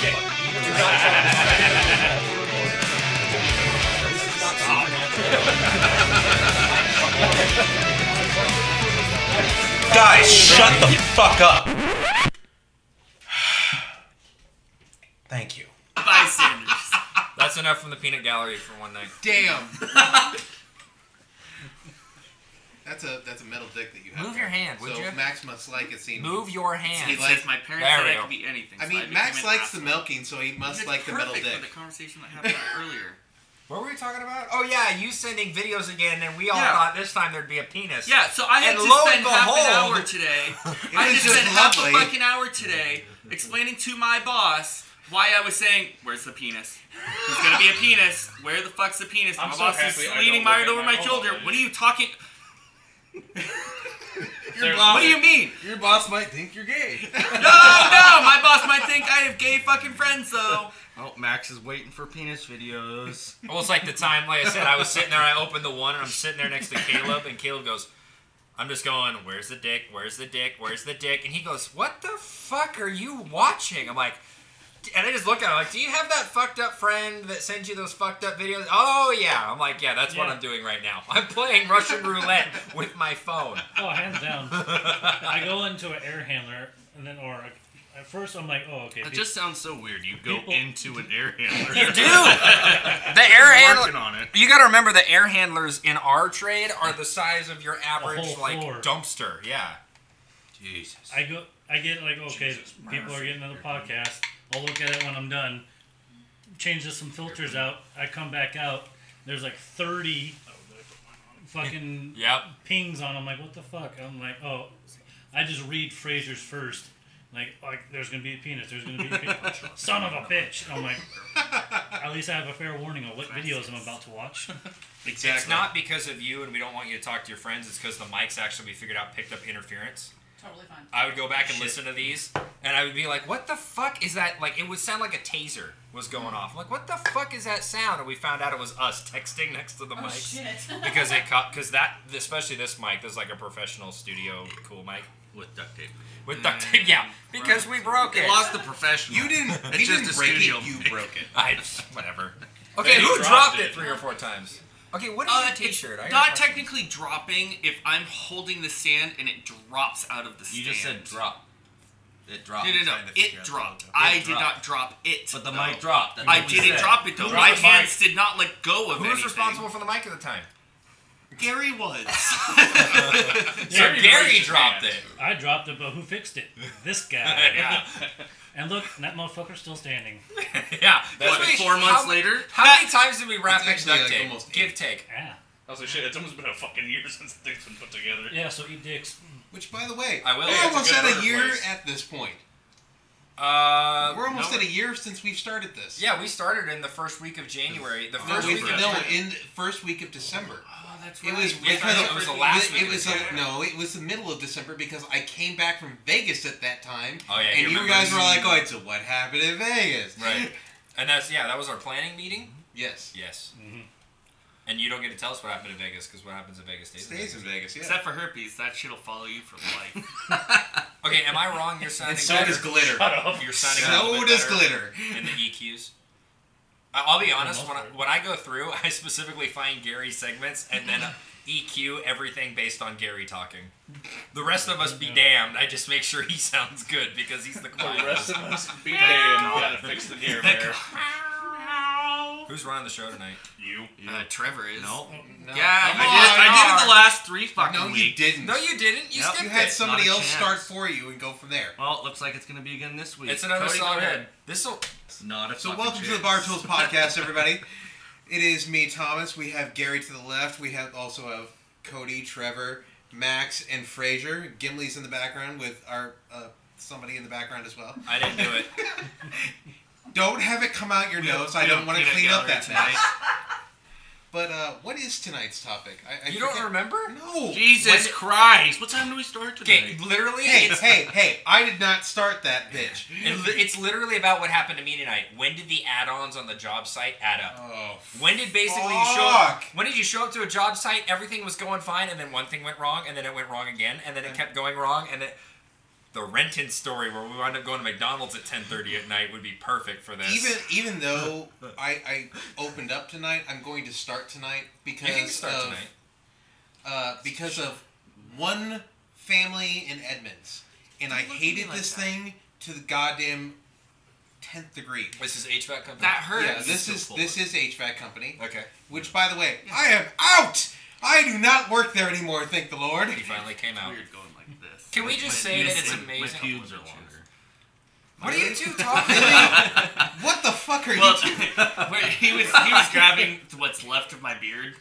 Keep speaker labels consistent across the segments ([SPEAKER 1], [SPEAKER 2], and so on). [SPEAKER 1] dick.
[SPEAKER 2] Guys, shut the fuck up. Thank you.
[SPEAKER 3] Bystanders.
[SPEAKER 4] That's enough from the peanut gallery for one night.
[SPEAKER 3] Damn. That's a that's a metal dick that you have.
[SPEAKER 4] Move
[SPEAKER 3] there.
[SPEAKER 4] your hand,
[SPEAKER 3] so
[SPEAKER 4] would ya?
[SPEAKER 3] Max must like it. Seen
[SPEAKER 4] Move your hand.
[SPEAKER 3] He likes-
[SPEAKER 5] Since my parents
[SPEAKER 4] There
[SPEAKER 5] said
[SPEAKER 4] we
[SPEAKER 5] I
[SPEAKER 4] go.
[SPEAKER 5] could be anything.
[SPEAKER 3] I
[SPEAKER 5] so
[SPEAKER 3] mean,
[SPEAKER 5] became
[SPEAKER 3] Max
[SPEAKER 5] an
[SPEAKER 3] likes the
[SPEAKER 5] asshole.
[SPEAKER 3] milking, so he must
[SPEAKER 5] That's
[SPEAKER 3] like the metal
[SPEAKER 5] perfect
[SPEAKER 3] dick.
[SPEAKER 5] for the conversation that happened earlier.
[SPEAKER 4] What were we talking about? Oh yeah, you sending videos again, and we all
[SPEAKER 5] Yeah.
[SPEAKER 4] thought this time there'd be a penis.
[SPEAKER 5] Yeah, so I had
[SPEAKER 4] And
[SPEAKER 5] to
[SPEAKER 4] lo
[SPEAKER 5] spend
[SPEAKER 4] and
[SPEAKER 5] half an
[SPEAKER 4] behold-
[SPEAKER 5] hour today. I
[SPEAKER 3] was
[SPEAKER 5] just
[SPEAKER 3] just
[SPEAKER 5] spent half a
[SPEAKER 3] lovely.
[SPEAKER 5] fucking hour today explaining to my boss why I was saying, "Where's the penis? There's gonna be a penis. Where the fuck's the penis?"
[SPEAKER 1] I'm
[SPEAKER 5] my
[SPEAKER 1] so
[SPEAKER 5] boss is
[SPEAKER 1] happy I
[SPEAKER 5] leaning
[SPEAKER 1] don't look
[SPEAKER 5] right
[SPEAKER 1] at
[SPEAKER 5] over
[SPEAKER 1] my
[SPEAKER 5] my
[SPEAKER 1] phone.
[SPEAKER 5] shoulder. What are you talking?
[SPEAKER 1] There's-
[SPEAKER 5] What do you mean?
[SPEAKER 6] Your boss might think you're gay.
[SPEAKER 5] No, no. My boss might think I have gay fucking friends though.
[SPEAKER 6] oh, Max is waiting for penis videos.
[SPEAKER 4] Almost like the time, like I said, I was sitting there, I opened the one, and I'm sitting there next to Caleb, and Caleb goes, I'm just going, where's the dick? Where's the dick? Where's the dick? And he goes, what the fuck are you watching? I'm like, and I just look at him, like, do you have that fucked up friend that sends you those fucked up videos? Oh, yeah. I'm like, yeah, that's what
[SPEAKER 1] Yeah.
[SPEAKER 4] I'm doing right now. I'm playing Russian roulette with my phone.
[SPEAKER 1] Oh, hands down. I go into an air handler, and then, or at first I'm like, oh, okay.
[SPEAKER 6] That
[SPEAKER 1] be-
[SPEAKER 6] just sounds so weird. You go
[SPEAKER 1] People-
[SPEAKER 6] into an air handler.
[SPEAKER 4] You do! the air handler.
[SPEAKER 6] working on it.
[SPEAKER 4] You got to remember the air handlers in our trade are the size of your average
[SPEAKER 1] whole
[SPEAKER 4] like
[SPEAKER 1] floor.
[SPEAKER 4] dumpster. Yeah.
[SPEAKER 6] Jesus.
[SPEAKER 1] I go, I get like, okay,
[SPEAKER 4] Jesus,
[SPEAKER 1] people are
[SPEAKER 4] mercy.
[SPEAKER 1] getting another podcast. I'll look at it when I'm done. Change some filters out. I come back out. There's like 30 fucking
[SPEAKER 4] Yep.
[SPEAKER 1] pings on. I'm like, what the fuck? I'm like, oh, I just read Fraser's first. Like, like there's gonna be a penis. There's gonna be a penis. Son of a bitch. I'm like, at least I have a fair warning of what videos I'm about to watch.
[SPEAKER 3] Exactly.
[SPEAKER 4] It's not because of you, and we don't want you to talk to your friends. It's because the mics actually we figured out picked up interference.
[SPEAKER 7] Totally fine.
[SPEAKER 4] I would go back and listen to these, and I would be like, "What the fuck is that?" Like it would sound like a taser was going off. like, what the fuck is that sound? And we found out it was us texting next to the
[SPEAKER 7] Oh
[SPEAKER 4] mics
[SPEAKER 7] shit.
[SPEAKER 4] because it caught because that especially this mic this is like a professional studio cool mic
[SPEAKER 5] With duct tape.
[SPEAKER 4] with duct tape. Yeah, because we broke it.
[SPEAKER 6] It lost the professional.
[SPEAKER 3] You didn't.
[SPEAKER 6] It's
[SPEAKER 3] you
[SPEAKER 6] just
[SPEAKER 3] didn't
[SPEAKER 6] a
[SPEAKER 3] break
[SPEAKER 6] studio
[SPEAKER 3] it. You
[SPEAKER 6] mic.
[SPEAKER 3] broke it.
[SPEAKER 4] I whatever. Okay, who dropped, it. three or four times? Okay, what is
[SPEAKER 5] Uh,
[SPEAKER 4] your T-shirt? I got
[SPEAKER 5] it's
[SPEAKER 4] a
[SPEAKER 5] not
[SPEAKER 4] question.
[SPEAKER 5] technically dropping if I'm holding the stand and it drops out of the stand.
[SPEAKER 8] You just said drop. It dropped.
[SPEAKER 5] No, no, no.
[SPEAKER 8] Trying to figure
[SPEAKER 5] It
[SPEAKER 8] out-
[SPEAKER 5] dropped.
[SPEAKER 8] It
[SPEAKER 5] I did
[SPEAKER 8] dropped.
[SPEAKER 5] not drop it.
[SPEAKER 8] But the
[SPEAKER 5] though.
[SPEAKER 8] mic dropped. That's
[SPEAKER 5] I
[SPEAKER 8] what we
[SPEAKER 5] didn't
[SPEAKER 8] said.
[SPEAKER 5] drop it though.
[SPEAKER 4] Who
[SPEAKER 5] My
[SPEAKER 4] dropped the mic?
[SPEAKER 5] hands did not let go of
[SPEAKER 4] Who
[SPEAKER 5] it.
[SPEAKER 4] was responsible for the mic at the time?
[SPEAKER 5] Gary was.
[SPEAKER 4] So
[SPEAKER 1] Gary
[SPEAKER 4] Gary
[SPEAKER 5] raised
[SPEAKER 4] dropped
[SPEAKER 5] his
[SPEAKER 4] it.
[SPEAKER 1] I dropped it, but who fixed it? This guy.
[SPEAKER 4] yeah,
[SPEAKER 1] And look, that motherfucker's still standing.
[SPEAKER 4] yeah.
[SPEAKER 5] what,
[SPEAKER 4] That's-
[SPEAKER 5] four months
[SPEAKER 4] how,
[SPEAKER 5] later?
[SPEAKER 4] How many times did we wrap
[SPEAKER 3] It's
[SPEAKER 4] next
[SPEAKER 3] actually,
[SPEAKER 4] duct
[SPEAKER 3] like,
[SPEAKER 4] tape?
[SPEAKER 3] almost
[SPEAKER 4] Give
[SPEAKER 3] eight.
[SPEAKER 4] take.
[SPEAKER 1] Ah. I
[SPEAKER 2] was like, shit, it's almost been a fucking year since the thing's been put together.
[SPEAKER 1] Yeah, so eat dicks.
[SPEAKER 3] Which, by the way,
[SPEAKER 4] I will. Hey,
[SPEAKER 3] We're
[SPEAKER 4] it's a
[SPEAKER 3] almost
[SPEAKER 2] good
[SPEAKER 3] at
[SPEAKER 2] order
[SPEAKER 3] a year
[SPEAKER 2] place.
[SPEAKER 3] at this point.
[SPEAKER 4] Uh,
[SPEAKER 3] We're almost
[SPEAKER 4] no,
[SPEAKER 3] at a year since we've started this.
[SPEAKER 4] Yeah, we started in the first week of January. The
[SPEAKER 3] No,
[SPEAKER 4] first
[SPEAKER 3] we,
[SPEAKER 4] week of
[SPEAKER 3] no, in the first week of December.
[SPEAKER 5] Oh, that's
[SPEAKER 3] It was
[SPEAKER 4] Yeah,
[SPEAKER 3] because
[SPEAKER 4] it was the last
[SPEAKER 3] It
[SPEAKER 4] week
[SPEAKER 3] was
[SPEAKER 4] of
[SPEAKER 3] the-
[SPEAKER 4] December.
[SPEAKER 3] no, it was the middle of December because I came back from Vegas at that time.
[SPEAKER 4] Oh, yeah, he
[SPEAKER 3] and you
[SPEAKER 4] remembers.
[SPEAKER 3] guys were like, "Oh, it's a what happened in Vegas?"
[SPEAKER 4] right. And that's yeah, that was our planning meeting.
[SPEAKER 3] Yes.
[SPEAKER 4] Yes.
[SPEAKER 1] Mhm.
[SPEAKER 4] And you don't get to tell us what happened in Vegas because what happens in Vegas stays. in
[SPEAKER 3] Stays in
[SPEAKER 4] Vegas.
[SPEAKER 3] Vegas. Yeah.
[SPEAKER 5] Except for herpes, that shit'll follow you for life.
[SPEAKER 4] Okay, am I wrong? You're sounding
[SPEAKER 3] And so
[SPEAKER 4] better.
[SPEAKER 3] does glitter.
[SPEAKER 2] Shut up.
[SPEAKER 4] You're sounding a little
[SPEAKER 3] So
[SPEAKER 4] bit
[SPEAKER 3] does
[SPEAKER 4] better.
[SPEAKER 3] glitter.
[SPEAKER 4] in the EQs. I- I'll be honest.
[SPEAKER 1] most
[SPEAKER 4] When I,
[SPEAKER 1] part.
[SPEAKER 4] when I go through, I specifically find Gary segments and then EQ everything based on Gary talking. The rest of us be damned. I just make sure he sounds good because he's the
[SPEAKER 2] The
[SPEAKER 4] quiet.
[SPEAKER 2] rest of us be damned. Gotta fix the gear there.
[SPEAKER 4] Who's running the show tonight?
[SPEAKER 2] You.
[SPEAKER 5] Uh, Trevor is.
[SPEAKER 8] No.
[SPEAKER 3] No.
[SPEAKER 5] Yeah, I
[SPEAKER 4] Come
[SPEAKER 5] did,
[SPEAKER 4] on,
[SPEAKER 5] I did it
[SPEAKER 4] Nar.
[SPEAKER 5] the last three fucking
[SPEAKER 3] No, you
[SPEAKER 5] weeks.
[SPEAKER 3] didn't.
[SPEAKER 4] No, you didn't. You
[SPEAKER 8] Nope.
[SPEAKER 4] skipped
[SPEAKER 3] You had
[SPEAKER 4] it.
[SPEAKER 3] somebody
[SPEAKER 5] Not a
[SPEAKER 3] else start
[SPEAKER 5] chance.
[SPEAKER 3] for you and go from there.
[SPEAKER 8] Well, it looks like it's gonna be again this week.
[SPEAKER 4] It's another
[SPEAKER 8] Cody, go
[SPEAKER 4] solid
[SPEAKER 8] ahead.
[SPEAKER 4] This will.
[SPEAKER 8] Not a
[SPEAKER 3] So
[SPEAKER 8] fucking
[SPEAKER 3] welcome to the
[SPEAKER 8] chance.
[SPEAKER 3] Bar Tools podcast, everybody. it is me, Thomas. We have Gary to the left. We have also have Cody, Trevor, Max, and Frazier. Gimli's in the background with our uh, somebody in the background as well.
[SPEAKER 4] I didn't do it.
[SPEAKER 3] Don't have it come out your
[SPEAKER 5] We
[SPEAKER 3] nose.
[SPEAKER 5] don't-
[SPEAKER 3] I
[SPEAKER 5] we
[SPEAKER 3] don't want to
[SPEAKER 5] peanut
[SPEAKER 3] clean up
[SPEAKER 5] gallery
[SPEAKER 3] that
[SPEAKER 5] tonight.
[SPEAKER 3] mess. But uh, what is tonight's topic? I, I
[SPEAKER 4] You don't
[SPEAKER 3] forget-
[SPEAKER 4] remember?
[SPEAKER 3] No.
[SPEAKER 5] Jesus Christ! What time do we start
[SPEAKER 4] Okay,
[SPEAKER 5] today?
[SPEAKER 4] literally,
[SPEAKER 3] Hey,
[SPEAKER 4] it's
[SPEAKER 3] hey, hey! I did not start that, bitch.
[SPEAKER 4] it li- it's literally about what happened to me tonight. When did the add-ons on the job site add up?
[SPEAKER 3] Oh,
[SPEAKER 4] When did basically you show up?
[SPEAKER 3] Fuck.
[SPEAKER 4] When did you show up to a job site? Everything was going fine, and then one thing went wrong, and then it went wrong again, and then it kept going wrong, and it. the Renton story where we wound up going to McDonald's at ten thirty at night would be perfect for this.
[SPEAKER 3] Even even though I, I opened up tonight, I'm going to start tonight because
[SPEAKER 4] you can start
[SPEAKER 3] of
[SPEAKER 4] tonight.
[SPEAKER 3] Uh, because of one family in Edmonds, and I
[SPEAKER 5] Don't look at
[SPEAKER 3] hated
[SPEAKER 5] me like
[SPEAKER 3] this
[SPEAKER 5] that.
[SPEAKER 3] thing to the goddamn tenth degree.
[SPEAKER 4] This is HVAC company.
[SPEAKER 5] That hurts.
[SPEAKER 3] Yeah, this
[SPEAKER 6] Still
[SPEAKER 3] is
[SPEAKER 6] full
[SPEAKER 3] this
[SPEAKER 6] of
[SPEAKER 3] is HVAC company,
[SPEAKER 4] okay.
[SPEAKER 3] which by the way, I am out. I do not work there anymore. Thank the Lord.
[SPEAKER 4] He finally came out.
[SPEAKER 5] Weird going like this.
[SPEAKER 4] Can we just say that it's
[SPEAKER 6] my,
[SPEAKER 4] amazing?
[SPEAKER 6] My pubes are longer.
[SPEAKER 4] What are you two talking about?
[SPEAKER 3] Really? what the fuck are
[SPEAKER 5] Well,
[SPEAKER 3] you?
[SPEAKER 5] where he was he was grabbing what's left of my beard.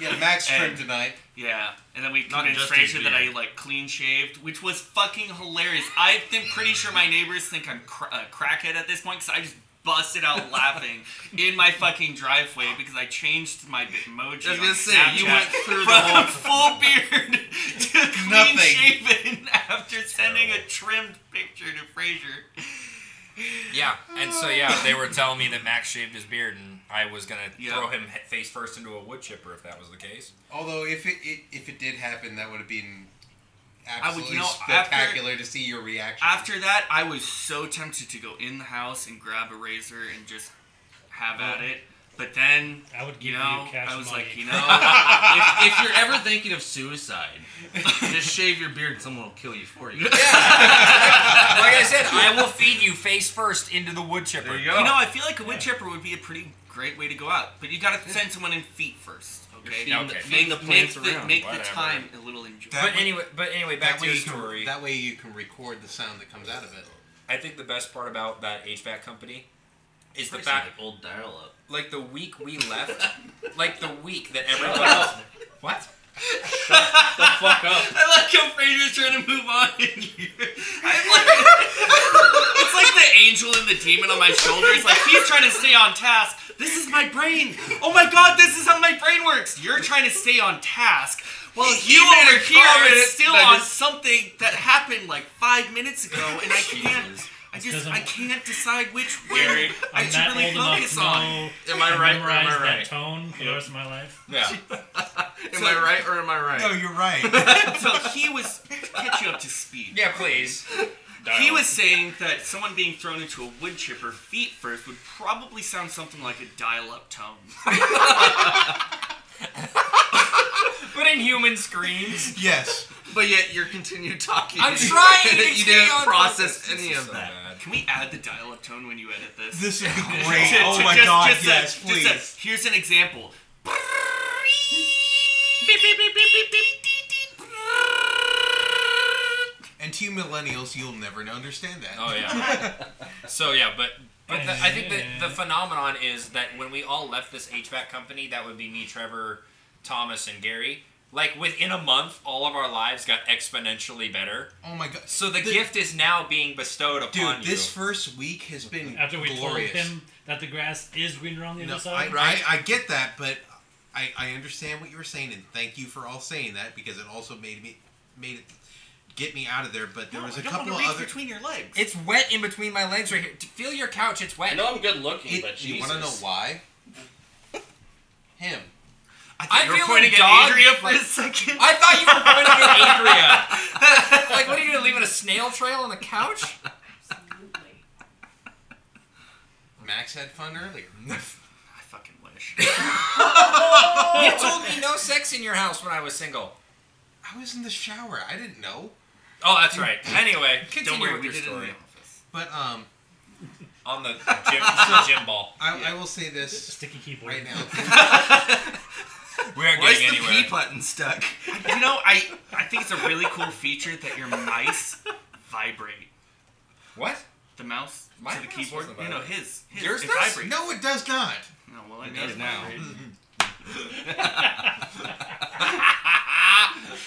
[SPEAKER 3] Yeah, Max
[SPEAKER 5] and-
[SPEAKER 3] trimmed tonight.
[SPEAKER 5] Yeah, and then we
[SPEAKER 6] Not
[SPEAKER 5] convinced
[SPEAKER 6] just his
[SPEAKER 5] Fraser that I
[SPEAKER 6] beard.
[SPEAKER 5] like clean shaved, which was fucking hilarious. I think pretty sure my neighbors think I'm cr- a crackhead at this point because I just busted out laughing in my fucking driveway because I changed my emoji.
[SPEAKER 8] I was gonna
[SPEAKER 5] on
[SPEAKER 8] say, you
[SPEAKER 5] Snapchat
[SPEAKER 8] went through the
[SPEAKER 5] from
[SPEAKER 8] whole-
[SPEAKER 5] full beard to clean
[SPEAKER 3] Nothing.
[SPEAKER 5] shaven after sending a trimmed picture to Fraser.
[SPEAKER 4] Yeah, and so yeah, they were telling me that Max shaved his beard, and I was gonna
[SPEAKER 5] Yeah.
[SPEAKER 4] throw him he- face first into a wood chipper if that was the case.
[SPEAKER 3] Although if it, it if it did happen, that would have been
[SPEAKER 5] would-
[SPEAKER 3] absolutely
[SPEAKER 5] you know, after-
[SPEAKER 3] spectacular to see your reaction.
[SPEAKER 5] After that, I was so tempted to go in the house and grab a razor and just have at it. But then,
[SPEAKER 1] I would give
[SPEAKER 5] you know,
[SPEAKER 1] you cash
[SPEAKER 5] I was
[SPEAKER 1] money.
[SPEAKER 5] like, you
[SPEAKER 3] Oh.
[SPEAKER 5] know,
[SPEAKER 8] if, if you're ever thinking of suicide, just shave your beard and someone will kill you for you.
[SPEAKER 4] Like I said, I will feed you face first into the wood chipper.
[SPEAKER 8] you go.
[SPEAKER 5] you know, I feel like a wood chipper would be a pretty great way to go out. But you got to send someone in feet first, okay?
[SPEAKER 8] Feeding,
[SPEAKER 4] okay.
[SPEAKER 8] the, feeding the plants
[SPEAKER 5] make the,
[SPEAKER 8] around.
[SPEAKER 5] Make the
[SPEAKER 4] whatever.
[SPEAKER 5] time a little enjoyable.
[SPEAKER 4] But anyway, but anyway, back
[SPEAKER 3] that
[SPEAKER 4] to
[SPEAKER 3] way
[SPEAKER 4] your
[SPEAKER 3] you can
[SPEAKER 4] story.
[SPEAKER 3] that way you can record the sound that comes out of it.
[SPEAKER 4] I think the best part about that HVAC company is the
[SPEAKER 8] It's
[SPEAKER 4] fact,
[SPEAKER 8] like old dial-up.
[SPEAKER 4] like the week we left, like the week that everyone else. What?
[SPEAKER 8] Fuck up.
[SPEAKER 5] I like how Fraser's trying to move on. And you, I'm like, it's like the angel and the demon on my shoulders. Like he's trying to stay on task. This is my brain. Oh my god, this is how my brain works. You're trying to stay on task. Well, you
[SPEAKER 8] made
[SPEAKER 5] over
[SPEAKER 8] a
[SPEAKER 5] here are
[SPEAKER 8] comment
[SPEAKER 5] still
[SPEAKER 8] that
[SPEAKER 5] on
[SPEAKER 8] is-
[SPEAKER 5] something that happened like five minutes ago, and I can't. I just
[SPEAKER 1] doesn't-
[SPEAKER 5] I can't decide which one
[SPEAKER 1] Gary,
[SPEAKER 5] I
[SPEAKER 1] I'm
[SPEAKER 5] should
[SPEAKER 1] not
[SPEAKER 5] really
[SPEAKER 1] old enough
[SPEAKER 5] focus
[SPEAKER 1] to
[SPEAKER 5] on.
[SPEAKER 1] know
[SPEAKER 8] Am I
[SPEAKER 1] and
[SPEAKER 8] right or am
[SPEAKER 1] memorize
[SPEAKER 8] I
[SPEAKER 1] that
[SPEAKER 8] right?
[SPEAKER 1] tone for the rest of my life.
[SPEAKER 4] Yeah.
[SPEAKER 8] Am I right or am I right?
[SPEAKER 3] you're right.
[SPEAKER 5] So he was to catch you up to speed.
[SPEAKER 4] Yeah, please.
[SPEAKER 5] He was saying that someone being thrown into a wood chipper feet first would probably sound something like a dial-up tone.
[SPEAKER 4] But in human screams.
[SPEAKER 3] yes.
[SPEAKER 8] But yet you're continue talking.
[SPEAKER 4] I'm trying to
[SPEAKER 8] you
[SPEAKER 4] stay
[SPEAKER 8] didn't
[SPEAKER 4] on
[SPEAKER 8] process
[SPEAKER 4] focus.
[SPEAKER 8] any
[SPEAKER 4] This is
[SPEAKER 8] of
[SPEAKER 4] so
[SPEAKER 8] that.
[SPEAKER 4] bad.
[SPEAKER 5] Can we add the dial-up tone when you edit this?
[SPEAKER 3] This is great.
[SPEAKER 5] To- to-
[SPEAKER 3] oh my
[SPEAKER 5] just-
[SPEAKER 3] god,
[SPEAKER 5] just a-
[SPEAKER 3] yes,
[SPEAKER 5] just a-
[SPEAKER 3] please.
[SPEAKER 5] here's an example.
[SPEAKER 3] and to you millennials, you'll never understand that.
[SPEAKER 4] Oh yeah. so yeah, but but the, I think that the phenomenon is that when we all left this HVAC company, that would be me, Trevor, Thomas, and Gary. Like within a month, all of our lives got exponentially better.
[SPEAKER 3] Oh my god.
[SPEAKER 4] So the,
[SPEAKER 3] Th-
[SPEAKER 4] gift is now being bestowed
[SPEAKER 3] Dude,
[SPEAKER 4] upon
[SPEAKER 3] this
[SPEAKER 4] you.
[SPEAKER 3] first week has been
[SPEAKER 1] After we
[SPEAKER 3] glorious.
[SPEAKER 1] told him that the grass is greener on the
[SPEAKER 3] No,
[SPEAKER 1] other
[SPEAKER 3] I,
[SPEAKER 1] side.
[SPEAKER 4] right?
[SPEAKER 3] I, I get that, but I, I understand what you were saying, and thank you for all saying that because it also made me made it get me out of there. But there
[SPEAKER 5] No,
[SPEAKER 3] was
[SPEAKER 5] I
[SPEAKER 3] a
[SPEAKER 5] don't
[SPEAKER 3] couple
[SPEAKER 5] want to
[SPEAKER 3] of
[SPEAKER 5] reach
[SPEAKER 3] other.
[SPEAKER 5] between your legs.
[SPEAKER 4] It's wet in between my legs right here. T- Feel your couch. It's wet.
[SPEAKER 8] I know I'm good looking,
[SPEAKER 3] It-
[SPEAKER 8] but Jesus.
[SPEAKER 3] you want to know why? Him.
[SPEAKER 4] I
[SPEAKER 5] you were
[SPEAKER 4] feel
[SPEAKER 5] pointing
[SPEAKER 4] like
[SPEAKER 5] at
[SPEAKER 4] dog-
[SPEAKER 5] Adria for a second.
[SPEAKER 4] I thought you were going to get Adria. like, what are you gonna leaving a snail trail on the couch?
[SPEAKER 7] Absolutely.
[SPEAKER 3] Max had fun earlier.
[SPEAKER 5] I fucking wish.
[SPEAKER 4] You told me no sex in your house when I was single.
[SPEAKER 3] I was in the shower. I didn't know.
[SPEAKER 4] Oh, that's right. Anyway, continue
[SPEAKER 5] Don't worry,
[SPEAKER 4] with
[SPEAKER 5] we
[SPEAKER 4] your
[SPEAKER 5] did it in
[SPEAKER 4] story
[SPEAKER 5] the office.
[SPEAKER 3] But um,
[SPEAKER 4] on the gym, the gym ball.
[SPEAKER 3] I, I will say this
[SPEAKER 1] Sticky keyboard.
[SPEAKER 3] right now.
[SPEAKER 4] We aren't
[SPEAKER 8] Why is
[SPEAKER 4] getting
[SPEAKER 8] the
[SPEAKER 4] anywhere.
[SPEAKER 8] pee button stuck?
[SPEAKER 5] You know, I I think it's a really cool feature that your mice vibrate.
[SPEAKER 4] What?
[SPEAKER 5] The mouse
[SPEAKER 4] My
[SPEAKER 5] to the
[SPEAKER 4] mouse
[SPEAKER 5] keyboard.
[SPEAKER 4] doesn't
[SPEAKER 5] No, no,
[SPEAKER 4] vibrate.
[SPEAKER 5] his. his
[SPEAKER 4] Yours
[SPEAKER 5] it
[SPEAKER 4] does?
[SPEAKER 5] vibrates.
[SPEAKER 3] No, it does not.
[SPEAKER 5] No, well, it,
[SPEAKER 8] It
[SPEAKER 5] does
[SPEAKER 8] does now.
[SPEAKER 5] vibrate.
[SPEAKER 1] That was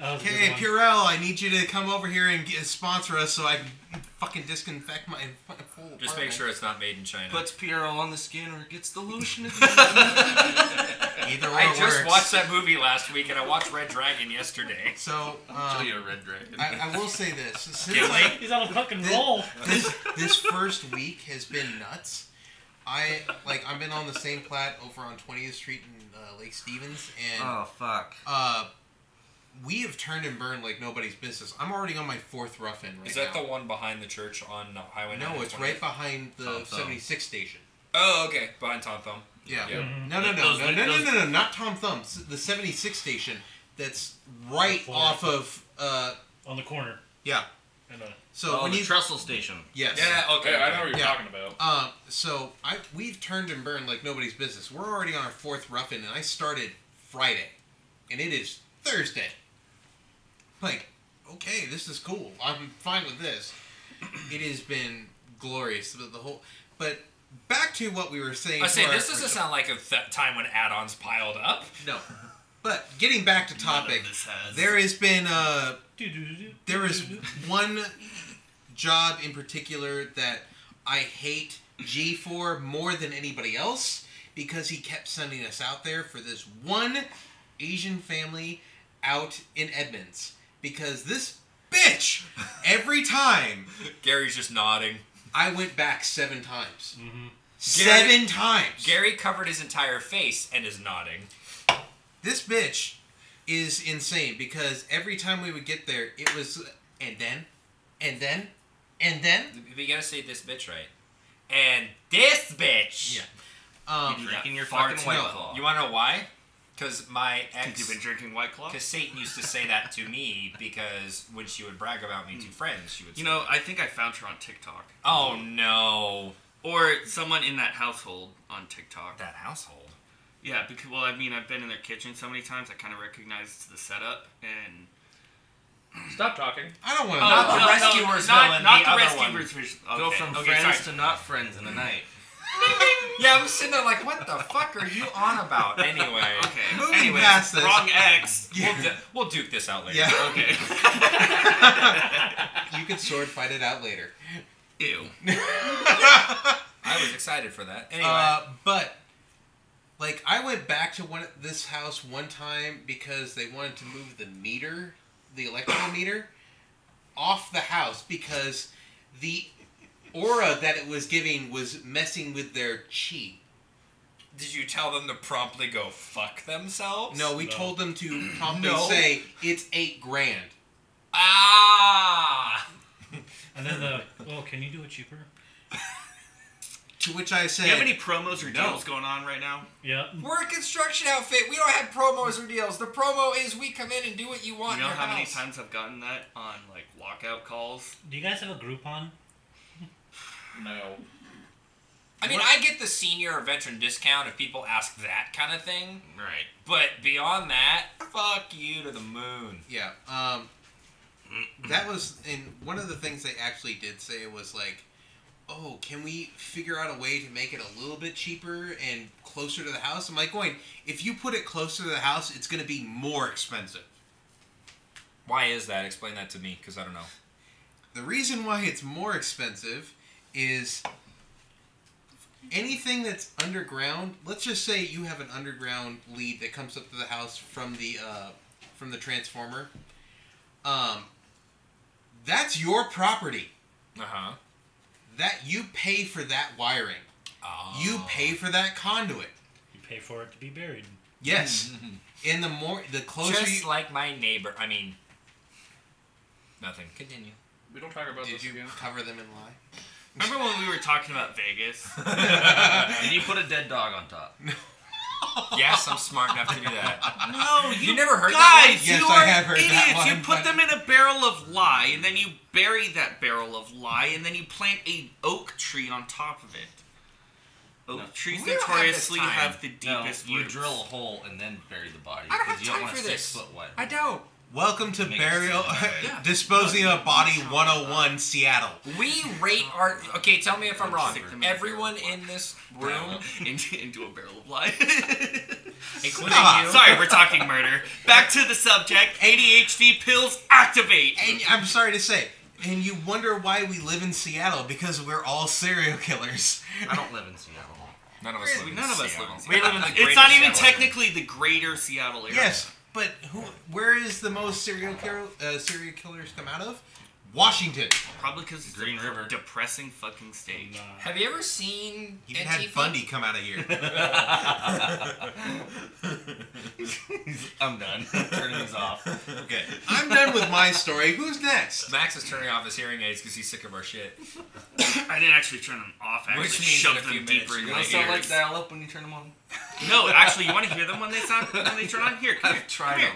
[SPEAKER 1] a
[SPEAKER 3] Okay,
[SPEAKER 1] good one.
[SPEAKER 3] Purell, I need you to come over here and get, sponsor us so I can fucking disinfect my, my full.
[SPEAKER 4] Just make
[SPEAKER 3] apartment.
[SPEAKER 4] sure it's not made in China.
[SPEAKER 8] Puts Pierrot on the skin or gets the lotion.
[SPEAKER 3] either way
[SPEAKER 4] I just
[SPEAKER 3] works.
[SPEAKER 4] watched that movie last week, and I watched Red Dragon yesterday.
[SPEAKER 3] So um,
[SPEAKER 8] you a red dragon.
[SPEAKER 3] I, I will say this: since
[SPEAKER 4] Get
[SPEAKER 3] I,
[SPEAKER 4] laid?
[SPEAKER 1] He's on a fucking roll.
[SPEAKER 3] this this first week has been nuts. I like I've been on the same plat over on 20th Street and uh, Lake Stevens, and
[SPEAKER 8] Oh fuck.
[SPEAKER 3] uh, we have turned and burned like nobody's business. I'm already on my fourth rough end right
[SPEAKER 4] Is that
[SPEAKER 3] now.
[SPEAKER 4] the one behind the church on Highway 9?
[SPEAKER 3] No, it's right behind the
[SPEAKER 8] Tom Thumb.
[SPEAKER 3] 76 station.
[SPEAKER 4] Oh, okay. Behind Tom Thumb.
[SPEAKER 3] Yeah.
[SPEAKER 4] Yeah.
[SPEAKER 1] Mm-hmm.
[SPEAKER 3] No, no, no,
[SPEAKER 8] Those-
[SPEAKER 3] no, no,
[SPEAKER 8] those-
[SPEAKER 3] no, no, no, not Tom Thumb. S- The 76 station that's right
[SPEAKER 1] Before.
[SPEAKER 3] off of. Uh,
[SPEAKER 1] on the corner.
[SPEAKER 3] yeah.
[SPEAKER 1] And, uh,
[SPEAKER 3] So when you
[SPEAKER 8] Oh, trestle station.
[SPEAKER 4] Oh,
[SPEAKER 3] yes.
[SPEAKER 4] Yeah, okay.
[SPEAKER 2] I know what you're
[SPEAKER 3] Yeah.
[SPEAKER 2] talking about.
[SPEAKER 3] Uh, so I we've turned and burned like nobody's business. We're already on our fourth rough in, and I started Friday, and it is Thursday. Like, okay, this is cool. I'm fine with this. It has been glorious. The, the whole, but back to what we were saying.
[SPEAKER 4] I say,
[SPEAKER 3] to our-
[SPEAKER 4] this doesn't sound like a th- time when add ons piled up.
[SPEAKER 3] no. But getting back to topic,
[SPEAKER 6] this has.
[SPEAKER 3] there has been uh,
[SPEAKER 1] doo-doo-doo-doo,
[SPEAKER 3] there is
[SPEAKER 1] doo-doo-doo.
[SPEAKER 3] one job in particular that I hate G for more than anybody else because he kept sending us out there for this one Asian family out in Edmonds because this bitch every time
[SPEAKER 4] Gary's just nodding.
[SPEAKER 3] I went back seven times.
[SPEAKER 4] Mm-hmm. Gary-
[SPEAKER 3] Seven times.
[SPEAKER 4] Gary covered his entire face and is nodding.
[SPEAKER 3] this bitch is insane because every time we would get there, it was and then, and then, and then.
[SPEAKER 4] We gotta say this bitch right. And this bitch!
[SPEAKER 3] Yeah. Um,
[SPEAKER 6] drinking your
[SPEAKER 4] Far
[SPEAKER 6] fucking
[SPEAKER 4] too-
[SPEAKER 6] White
[SPEAKER 4] no.
[SPEAKER 6] Claw.
[SPEAKER 4] You wanna know why? Because my
[SPEAKER 6] You've
[SPEAKER 4] ex.
[SPEAKER 6] been drinking White Claw?
[SPEAKER 4] Because Satan used to say that to me because when she would brag about me to friends, she would say,
[SPEAKER 5] You know, I think I found her on TikTok.
[SPEAKER 4] Oh no.
[SPEAKER 5] Or someone in that household on TikTok.
[SPEAKER 4] That household.
[SPEAKER 5] Yeah, because well, I mean, I've been in their kitchen so many times. I kind of recognized the setup and Oh,
[SPEAKER 2] Stop talking.
[SPEAKER 3] I don't want to.
[SPEAKER 4] Not
[SPEAKER 3] know.
[SPEAKER 4] the
[SPEAKER 5] no, no,
[SPEAKER 4] rescuer's
[SPEAKER 5] not,
[SPEAKER 4] villain,
[SPEAKER 5] Not
[SPEAKER 4] the
[SPEAKER 5] the
[SPEAKER 4] other
[SPEAKER 5] rescuer's vision. Okay.
[SPEAKER 8] Go from
[SPEAKER 5] okay,
[SPEAKER 8] friends
[SPEAKER 5] sorry.
[SPEAKER 8] to not friends in a night.
[SPEAKER 4] Yeah, I'm sitting there like, what the fuck are you on about? Anyway.
[SPEAKER 5] Okay.
[SPEAKER 3] Moving
[SPEAKER 5] Anyways,
[SPEAKER 3] past this.
[SPEAKER 5] wrong X.
[SPEAKER 4] We'll, du- we'll duke this out later.
[SPEAKER 3] Yeah,
[SPEAKER 5] Okay.
[SPEAKER 3] you could sword fight it out later.
[SPEAKER 5] Ew.
[SPEAKER 4] I was excited for that. Anyway.
[SPEAKER 3] Uh, but like, I went back to one this house one time because they wanted to move the meter, the electrical meter, off the house because the aura that it was giving was messing with their chi.
[SPEAKER 4] Did you tell them to promptly go fuck themselves?
[SPEAKER 3] No, we
[SPEAKER 1] No.
[SPEAKER 3] told them to promptly
[SPEAKER 4] No.
[SPEAKER 3] say it's eight grand.
[SPEAKER 4] Ah!
[SPEAKER 1] and then the oh, can you do it cheaper?
[SPEAKER 3] To which I said,
[SPEAKER 5] Do you have any promos or
[SPEAKER 3] No.
[SPEAKER 5] deals going on right now?
[SPEAKER 1] Yeah.
[SPEAKER 4] We're a construction outfit. We don't have promos or deals. The promo is we come in and do what you want.
[SPEAKER 5] You know
[SPEAKER 4] in your
[SPEAKER 5] how many
[SPEAKER 4] house.
[SPEAKER 5] times I've gotten that on like walkout calls?
[SPEAKER 1] Do you guys have a Groupon?
[SPEAKER 2] No.
[SPEAKER 4] I mean, I get the senior or veteran discount if people ask that kind of thing.
[SPEAKER 8] Right.
[SPEAKER 4] But beyond that, fuck you to the moon.
[SPEAKER 3] yeah, um, that was and one of the things they actually did say was like, oh, can we figure out a way to make it a little bit cheaper and closer to the house? I'm like, going, if you put it closer to the house, it's going to be more expensive.
[SPEAKER 4] Why is that? Explain that to me, because I don't know.
[SPEAKER 3] The reason why it's more expensive is anything that's underground. Let's just say you have an underground lead that comes up to the house from the uh, from the transformer. Um, that's your property.
[SPEAKER 4] Uh
[SPEAKER 5] Uh-huh.
[SPEAKER 4] huh.
[SPEAKER 3] That you pay for that wiring.
[SPEAKER 4] Oh.
[SPEAKER 3] You pay for that conduit.
[SPEAKER 1] You pay for it to be buried.
[SPEAKER 3] Yes. And the more the closer
[SPEAKER 4] Just
[SPEAKER 3] you
[SPEAKER 4] like my neighbor. I mean, nothing. Continue.
[SPEAKER 2] We don't talk about
[SPEAKER 3] did
[SPEAKER 2] this
[SPEAKER 3] you
[SPEAKER 2] again.
[SPEAKER 3] cover them in lie.
[SPEAKER 5] Remember when we were talking about Vegas?
[SPEAKER 8] And you put a dead dog on top.
[SPEAKER 4] Yes, I'm smart enough to do that.
[SPEAKER 5] no,
[SPEAKER 4] You never heard that
[SPEAKER 5] guys,
[SPEAKER 4] one?
[SPEAKER 3] Yes,
[SPEAKER 5] you
[SPEAKER 3] I
[SPEAKER 5] are
[SPEAKER 3] have heard that
[SPEAKER 5] idiots. you
[SPEAKER 3] one,
[SPEAKER 5] put
[SPEAKER 3] but-
[SPEAKER 5] them in a barrel of lie, and then you bury that barrel of lie, and then you plant a oak tree on top of it. Oak trees
[SPEAKER 4] We don't have this
[SPEAKER 5] notoriously
[SPEAKER 4] time.
[SPEAKER 5] have, the
[SPEAKER 8] No,
[SPEAKER 5] deepest
[SPEAKER 8] you
[SPEAKER 5] roots.
[SPEAKER 8] drill a hole and then bury the body.
[SPEAKER 4] I don't
[SPEAKER 8] 'cause
[SPEAKER 4] have
[SPEAKER 8] you don't
[SPEAKER 4] time
[SPEAKER 8] want
[SPEAKER 4] for
[SPEAKER 8] a
[SPEAKER 4] this.
[SPEAKER 8] Six foot wide.
[SPEAKER 4] I don't.
[SPEAKER 3] Welcome to
[SPEAKER 8] Makes
[SPEAKER 3] burial
[SPEAKER 8] sense.
[SPEAKER 4] Yeah.
[SPEAKER 3] disposing of body 101 Seattle.
[SPEAKER 4] We rate our. Okay, tell me if I'm wrong.
[SPEAKER 5] Stick them in a
[SPEAKER 4] Everyone
[SPEAKER 5] barrel.
[SPEAKER 4] in this room,
[SPEAKER 5] into, into a barrel of lie.
[SPEAKER 4] including
[SPEAKER 3] Stop.
[SPEAKER 4] you.
[SPEAKER 5] Sorry, we're talking murder. Back to the subject. ADHD pills activate.
[SPEAKER 3] And I'm sorry to say, and you wonder why we live in Seattle because we're all serial killers.
[SPEAKER 8] I don't live in Seattle.
[SPEAKER 4] None of us live in
[SPEAKER 5] None of us
[SPEAKER 4] Seattle.
[SPEAKER 5] live in
[SPEAKER 4] We live in the
[SPEAKER 5] It's not
[SPEAKER 4] greater
[SPEAKER 5] even
[SPEAKER 4] Seattle area.
[SPEAKER 5] technically the greater Seattle area.
[SPEAKER 3] Yes, but who? Where is the most serial kill, uh, serial killers come out of?
[SPEAKER 6] Washington.
[SPEAKER 5] Probably because it's
[SPEAKER 6] Green
[SPEAKER 5] a
[SPEAKER 6] River.
[SPEAKER 5] depressing fucking state.
[SPEAKER 1] Nah.
[SPEAKER 4] Have you ever seen
[SPEAKER 6] He even had
[SPEAKER 4] Antifa?
[SPEAKER 6] Bundy come out of here.
[SPEAKER 8] I'm done. Turning these off.
[SPEAKER 6] okay.
[SPEAKER 3] I'm done with my story. Who's next?
[SPEAKER 4] Max is turning off his hearing aids because he's sick of our shit.
[SPEAKER 5] I didn't actually turn them off. I
[SPEAKER 4] Which
[SPEAKER 5] actually
[SPEAKER 4] means in a
[SPEAKER 5] shoved
[SPEAKER 4] few
[SPEAKER 5] them
[SPEAKER 4] minutes
[SPEAKER 5] deeper in
[SPEAKER 4] you're gonna
[SPEAKER 5] my ears.
[SPEAKER 4] sound like
[SPEAKER 8] dial up when you turn them on.
[SPEAKER 5] No, actually, you want to hear them when they sound when they turn on? Here, come
[SPEAKER 8] I've tried
[SPEAKER 5] here.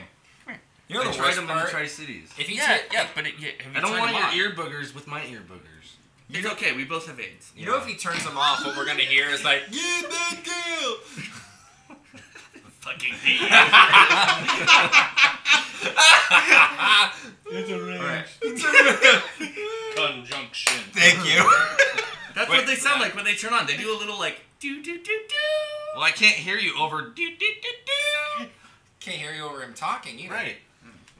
[SPEAKER 8] them.
[SPEAKER 4] You know
[SPEAKER 8] I
[SPEAKER 4] the
[SPEAKER 8] tried
[SPEAKER 4] worst
[SPEAKER 8] them in the
[SPEAKER 4] part?
[SPEAKER 8] Tri Cities.
[SPEAKER 4] if he's
[SPEAKER 5] Yeah,
[SPEAKER 4] hit,
[SPEAKER 5] yeah, but it, yeah, have you
[SPEAKER 8] I don't
[SPEAKER 5] tried
[SPEAKER 8] want
[SPEAKER 5] them on?
[SPEAKER 8] your ear boogers with my ear boogers.
[SPEAKER 5] It's okay. We both have AIDS.
[SPEAKER 4] You know if he turns them off, what we're gonna hear is like, yeah, that girl.
[SPEAKER 5] Fucking hate
[SPEAKER 1] It's a range.
[SPEAKER 2] Conjunction.
[SPEAKER 6] Thank you.
[SPEAKER 5] That's
[SPEAKER 4] Wait,
[SPEAKER 5] what they sound like when they turn on. They do a little like do do do do.
[SPEAKER 8] Well, I can't hear you over. Do, do, do,
[SPEAKER 4] Can't hear you over him talking
[SPEAKER 8] do.
[SPEAKER 4] either.
[SPEAKER 8] Right.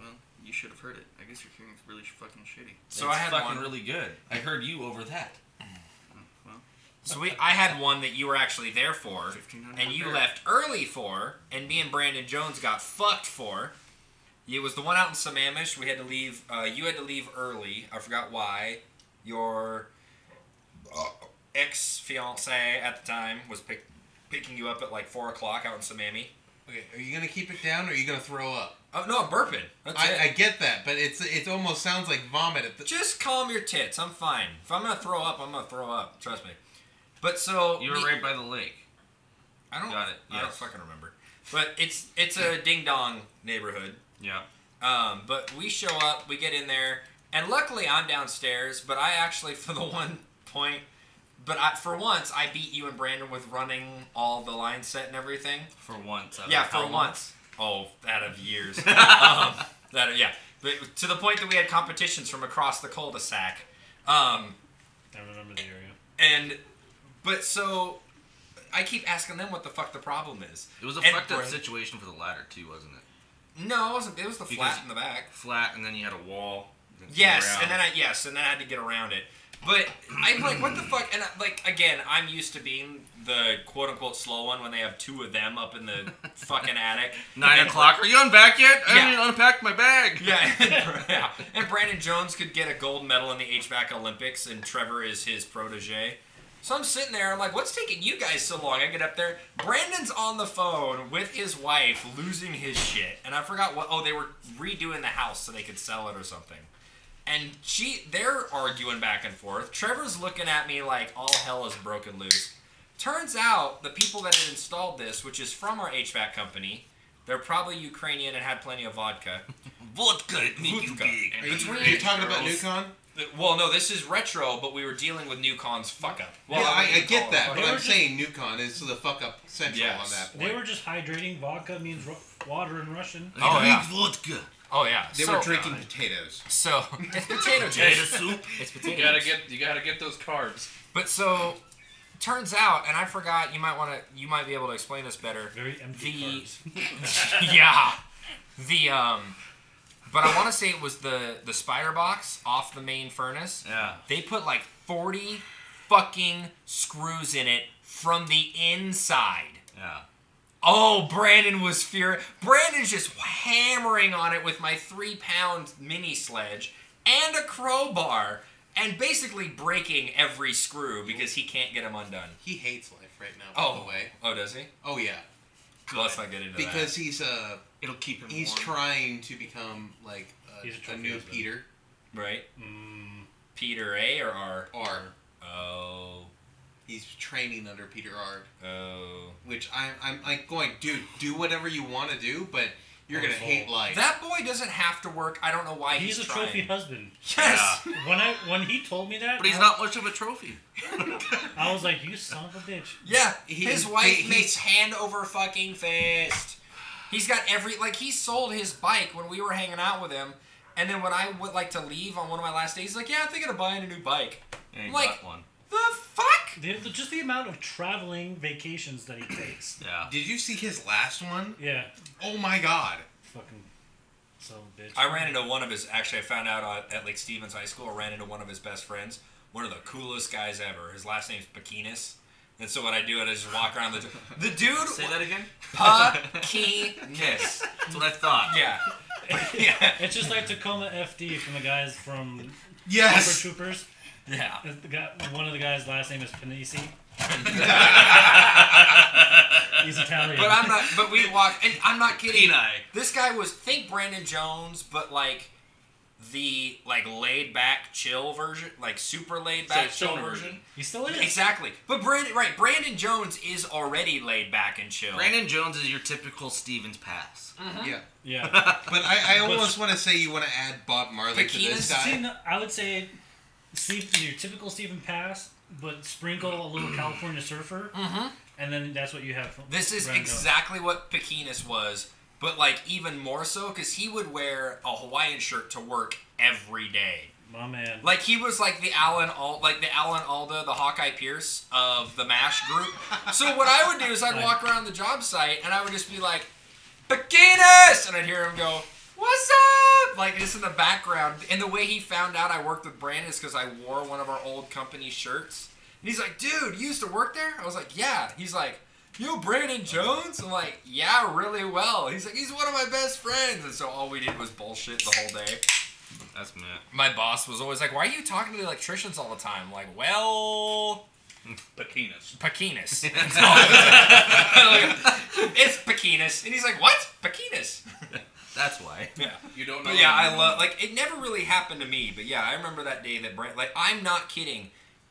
[SPEAKER 5] Well, you should have heard it. I guess your hearing's really sh- fucking shitty.
[SPEAKER 4] So
[SPEAKER 8] it's
[SPEAKER 4] I had
[SPEAKER 8] fucking
[SPEAKER 4] one.
[SPEAKER 8] really good. I heard you over that.
[SPEAKER 4] So we, I had one that you were actually there for,
[SPEAKER 5] 1500
[SPEAKER 4] and you
[SPEAKER 5] there.
[SPEAKER 4] left early for, and me and Brandon Jones got fucked for. It was the one out in Sammamish. We had to leave. Uh, you had to leave early. I forgot why. Your ex fiance at the time was pick, picking you up at like four o'clock out in Sammamish.
[SPEAKER 3] Okay, are you gonna keep it down or are you gonna throw up?
[SPEAKER 4] Oh no, I'm burping. That's it.
[SPEAKER 3] I, I get that, but it's it almost sounds like vomit at the
[SPEAKER 4] Just calm your tits. I'm fine. If I'm gonna throw up, I'm gonna throw up. Trust me. But so
[SPEAKER 8] You were
[SPEAKER 4] me-
[SPEAKER 8] right by the lake.
[SPEAKER 4] I don't.
[SPEAKER 8] Got it.
[SPEAKER 4] I don't
[SPEAKER 8] Yes.
[SPEAKER 4] fucking remember. But it's it's a ding dong neighborhood.
[SPEAKER 8] Yeah.
[SPEAKER 4] Um, but we show up, we get in there, and luckily I'm downstairs. But I actually, for the one point, but I, for once I beat you and Brandon with running all the line set and everything.
[SPEAKER 8] For once. out of
[SPEAKER 4] Yeah,
[SPEAKER 8] how
[SPEAKER 4] for
[SPEAKER 8] long?
[SPEAKER 4] once. Oh, out of years. um, that of- yeah, but to the point that we had competitions from across the cul-de-sac. Um,
[SPEAKER 1] I remember the area.
[SPEAKER 4] and but so I keep asking them what the fuck the problem is.
[SPEAKER 8] It was a
[SPEAKER 4] And
[SPEAKER 8] fucked up
[SPEAKER 4] Brandon-
[SPEAKER 8] situation for the ladder too, wasn't it?
[SPEAKER 4] No, it wasn't. It was the
[SPEAKER 8] Because-
[SPEAKER 4] flat in the back.
[SPEAKER 8] Flat, and then you had a wall. then it's
[SPEAKER 4] Yes,
[SPEAKER 8] around.
[SPEAKER 4] and then I yes, and then I had to get around it. But I'm like, what the fuck? And I, like again, I'm used to being the quote unquote slow one when they have two of them up in the fucking attic.
[SPEAKER 8] nine
[SPEAKER 4] And-
[SPEAKER 8] o'clock. Are you on back yet? I
[SPEAKER 4] Yeah.
[SPEAKER 8] haven't even unpacked my bag.
[SPEAKER 4] Yeah, and, yeah. And Brandon Jones could get a gold medal in the HVAC Olympics, and Trevor is his protege. So I'm sitting there, I'm like, what's taking you guys so long? I get up there. Brandon's on the phone with his wife, losing his shit. And I forgot what, oh, they were redoing the house so they could sell it or something. And she, they're arguing back and forth. Trevor's looking at me like all hell is broken loose. Turns out the people that had installed this, which is from our HVAC company, they're probably Ukrainian and had plenty of vodka.
[SPEAKER 8] Vodka, it make you
[SPEAKER 4] Vodka.
[SPEAKER 8] big.
[SPEAKER 5] And
[SPEAKER 3] Are you,
[SPEAKER 5] between
[SPEAKER 3] are you talking about
[SPEAKER 5] girls-
[SPEAKER 3] Nukon?
[SPEAKER 4] Well, no, this is retro, but we were dealing with Nukon's fuck up. Well,
[SPEAKER 3] yeah, I, I
[SPEAKER 4] wouldn't
[SPEAKER 3] get
[SPEAKER 4] call it
[SPEAKER 3] that,
[SPEAKER 4] fuck
[SPEAKER 3] but
[SPEAKER 1] They
[SPEAKER 4] up.
[SPEAKER 1] were
[SPEAKER 3] I'm
[SPEAKER 1] just-
[SPEAKER 3] saying Nukon is the fuck up central
[SPEAKER 4] Yes.
[SPEAKER 3] on that.
[SPEAKER 1] They were just hydrating. Vodka means ro- water in Russian.
[SPEAKER 4] Oh, yeah.
[SPEAKER 8] Vodka.
[SPEAKER 4] Oh yeah.
[SPEAKER 3] They
[SPEAKER 4] so,
[SPEAKER 3] were drinking potatoes.
[SPEAKER 4] So it's potato
[SPEAKER 8] Potato
[SPEAKER 4] juice.
[SPEAKER 8] soup.
[SPEAKER 4] it's
[SPEAKER 2] You
[SPEAKER 4] potato
[SPEAKER 2] gotta
[SPEAKER 4] juice.
[SPEAKER 2] get you gotta get those carbs.
[SPEAKER 4] But so, turns out, and I forgot. You might want to. You might be able to explain this better.
[SPEAKER 1] Very empty
[SPEAKER 4] The-
[SPEAKER 1] carbs.
[SPEAKER 4] yeah. The um. But I want to say it was the the spider box off the main furnace.
[SPEAKER 8] Yeah.
[SPEAKER 4] They put like forty fucking screws in it from the inside.
[SPEAKER 8] Yeah.
[SPEAKER 4] Oh, Brandon was furious. Brandon's just hammering on it with my three pound mini sledge and a crowbar and basically breaking every screw because he can't get them undone.
[SPEAKER 3] He hates life right now. By
[SPEAKER 4] Oh,
[SPEAKER 3] the way.
[SPEAKER 4] oh, does he?
[SPEAKER 3] Oh yeah,
[SPEAKER 4] Well, let's not get into that.
[SPEAKER 3] because he's uh
[SPEAKER 5] It'll keep him
[SPEAKER 3] he's
[SPEAKER 5] warm.
[SPEAKER 3] trying to become like a,
[SPEAKER 1] He's a
[SPEAKER 3] a,
[SPEAKER 1] trophy
[SPEAKER 3] new
[SPEAKER 1] husband.
[SPEAKER 3] Peter
[SPEAKER 4] right?
[SPEAKER 1] Mm,
[SPEAKER 4] Peter A or R?
[SPEAKER 3] R.
[SPEAKER 4] Oh,
[SPEAKER 3] He's training under Peter R.
[SPEAKER 4] oh.
[SPEAKER 3] Which I'm I'm like going, dude, do whatever you want to do, but you're gonna
[SPEAKER 1] Awful.
[SPEAKER 3] hate life.
[SPEAKER 4] That boy doesn't have to work. I don't know why he's,
[SPEAKER 1] he's a
[SPEAKER 4] trying.
[SPEAKER 1] trophy husband.
[SPEAKER 4] Yes.
[SPEAKER 1] When I when he told me that,
[SPEAKER 8] But he's
[SPEAKER 1] I,
[SPEAKER 8] not much of a trophy.
[SPEAKER 1] I was like, you son of a bitch.
[SPEAKER 4] Yeah,
[SPEAKER 3] He-
[SPEAKER 4] his
[SPEAKER 3] he-
[SPEAKER 4] wife
[SPEAKER 3] he-
[SPEAKER 4] makes hand over fucking fist. He's got every like he sold his bike when we were hanging out with him, and then when I would like to leave on one of my last days, he's like, "Yeah, I'm thinking of buying a new bike."
[SPEAKER 8] Yeah, you
[SPEAKER 4] Like-
[SPEAKER 8] got one.
[SPEAKER 4] The fuck?
[SPEAKER 1] The, the- just the amount of traveling vacations that he takes.
[SPEAKER 8] Yeah.
[SPEAKER 3] Did you see his last one?
[SPEAKER 1] yeah,
[SPEAKER 3] Oh my god.
[SPEAKER 1] fucking son of a bitch.
[SPEAKER 4] I ran into one of his. Actually, I found out at, at Lake Stevens High School. I ran into one of his best friends, one of the coolest guys ever. His last name's Bikinis. And so what I do, I just walk around the the dude.
[SPEAKER 8] Say that again.
[SPEAKER 4] Puckiness.
[SPEAKER 8] That's what I thought.
[SPEAKER 4] Yeah. yeah.
[SPEAKER 1] It's just like Tacoma FD from the guys from Super
[SPEAKER 3] Yes.
[SPEAKER 1] Troopers.
[SPEAKER 4] Yeah.
[SPEAKER 1] It's The guy, one of the guys' last name is Panisi. He's Italian.
[SPEAKER 4] But I'm not. But we walk, and I'm not kidding.
[SPEAKER 5] Kenai.
[SPEAKER 4] This guy was think Brandon Jones, but like the like laid back, chill version, like super laid back,
[SPEAKER 2] So,
[SPEAKER 4] chill
[SPEAKER 2] stoner
[SPEAKER 4] version.
[SPEAKER 1] he still is.
[SPEAKER 4] Exactly. But Brandon, right? Brandon Jones is already laid back and chill.
[SPEAKER 8] Brandon Jones is your typical Stevens pass.
[SPEAKER 3] Yeah.
[SPEAKER 1] Yeah.
[SPEAKER 3] But I, I almost want to say you want to add Bob Marley to
[SPEAKER 4] Paquita's
[SPEAKER 3] this guy.
[SPEAKER 1] See, no, I would say Steve, your typical Stephen Pass, but sprinkle a little California surfer, and then that's what you have. From
[SPEAKER 4] Mm-hmm. This is
[SPEAKER 1] Brandon Jones.
[SPEAKER 4] exactly what Pekinis was, but like even more so because he would wear a Hawaiian shirt to work every day.
[SPEAKER 1] My man.
[SPEAKER 4] Like he was like the Alan Al like the Alan Alda, the Hawkeye Pierce of the Mash group. So what I would do is I'd walk around the job site and I would just be like, Bikinis! and I'd hear him go, What's up? Like just in the background. And the way he found out I worked with Brandon is because I wore one of our old company shirts. And he's like, dude, you used to work there? I was like, yeah. He's like, you Brandon Jones? I'm like, yeah, really well. He's like, he's one of my best friends. And so all we did was bullshit the whole day
[SPEAKER 6] That's me.
[SPEAKER 4] my boss was always like, "Why are you talking to the electricians all the time?" I'm like, well,
[SPEAKER 2] Bikinis.
[SPEAKER 4] Pekinis. That's all I was like. it's Pekinis, and he's like, "What? Pekinis?"
[SPEAKER 8] That's why.
[SPEAKER 2] You don't know.
[SPEAKER 4] But yeah, I love. Like, it never really happened to me, but yeah, I remember that day that Brent. Like, I'm not kidding.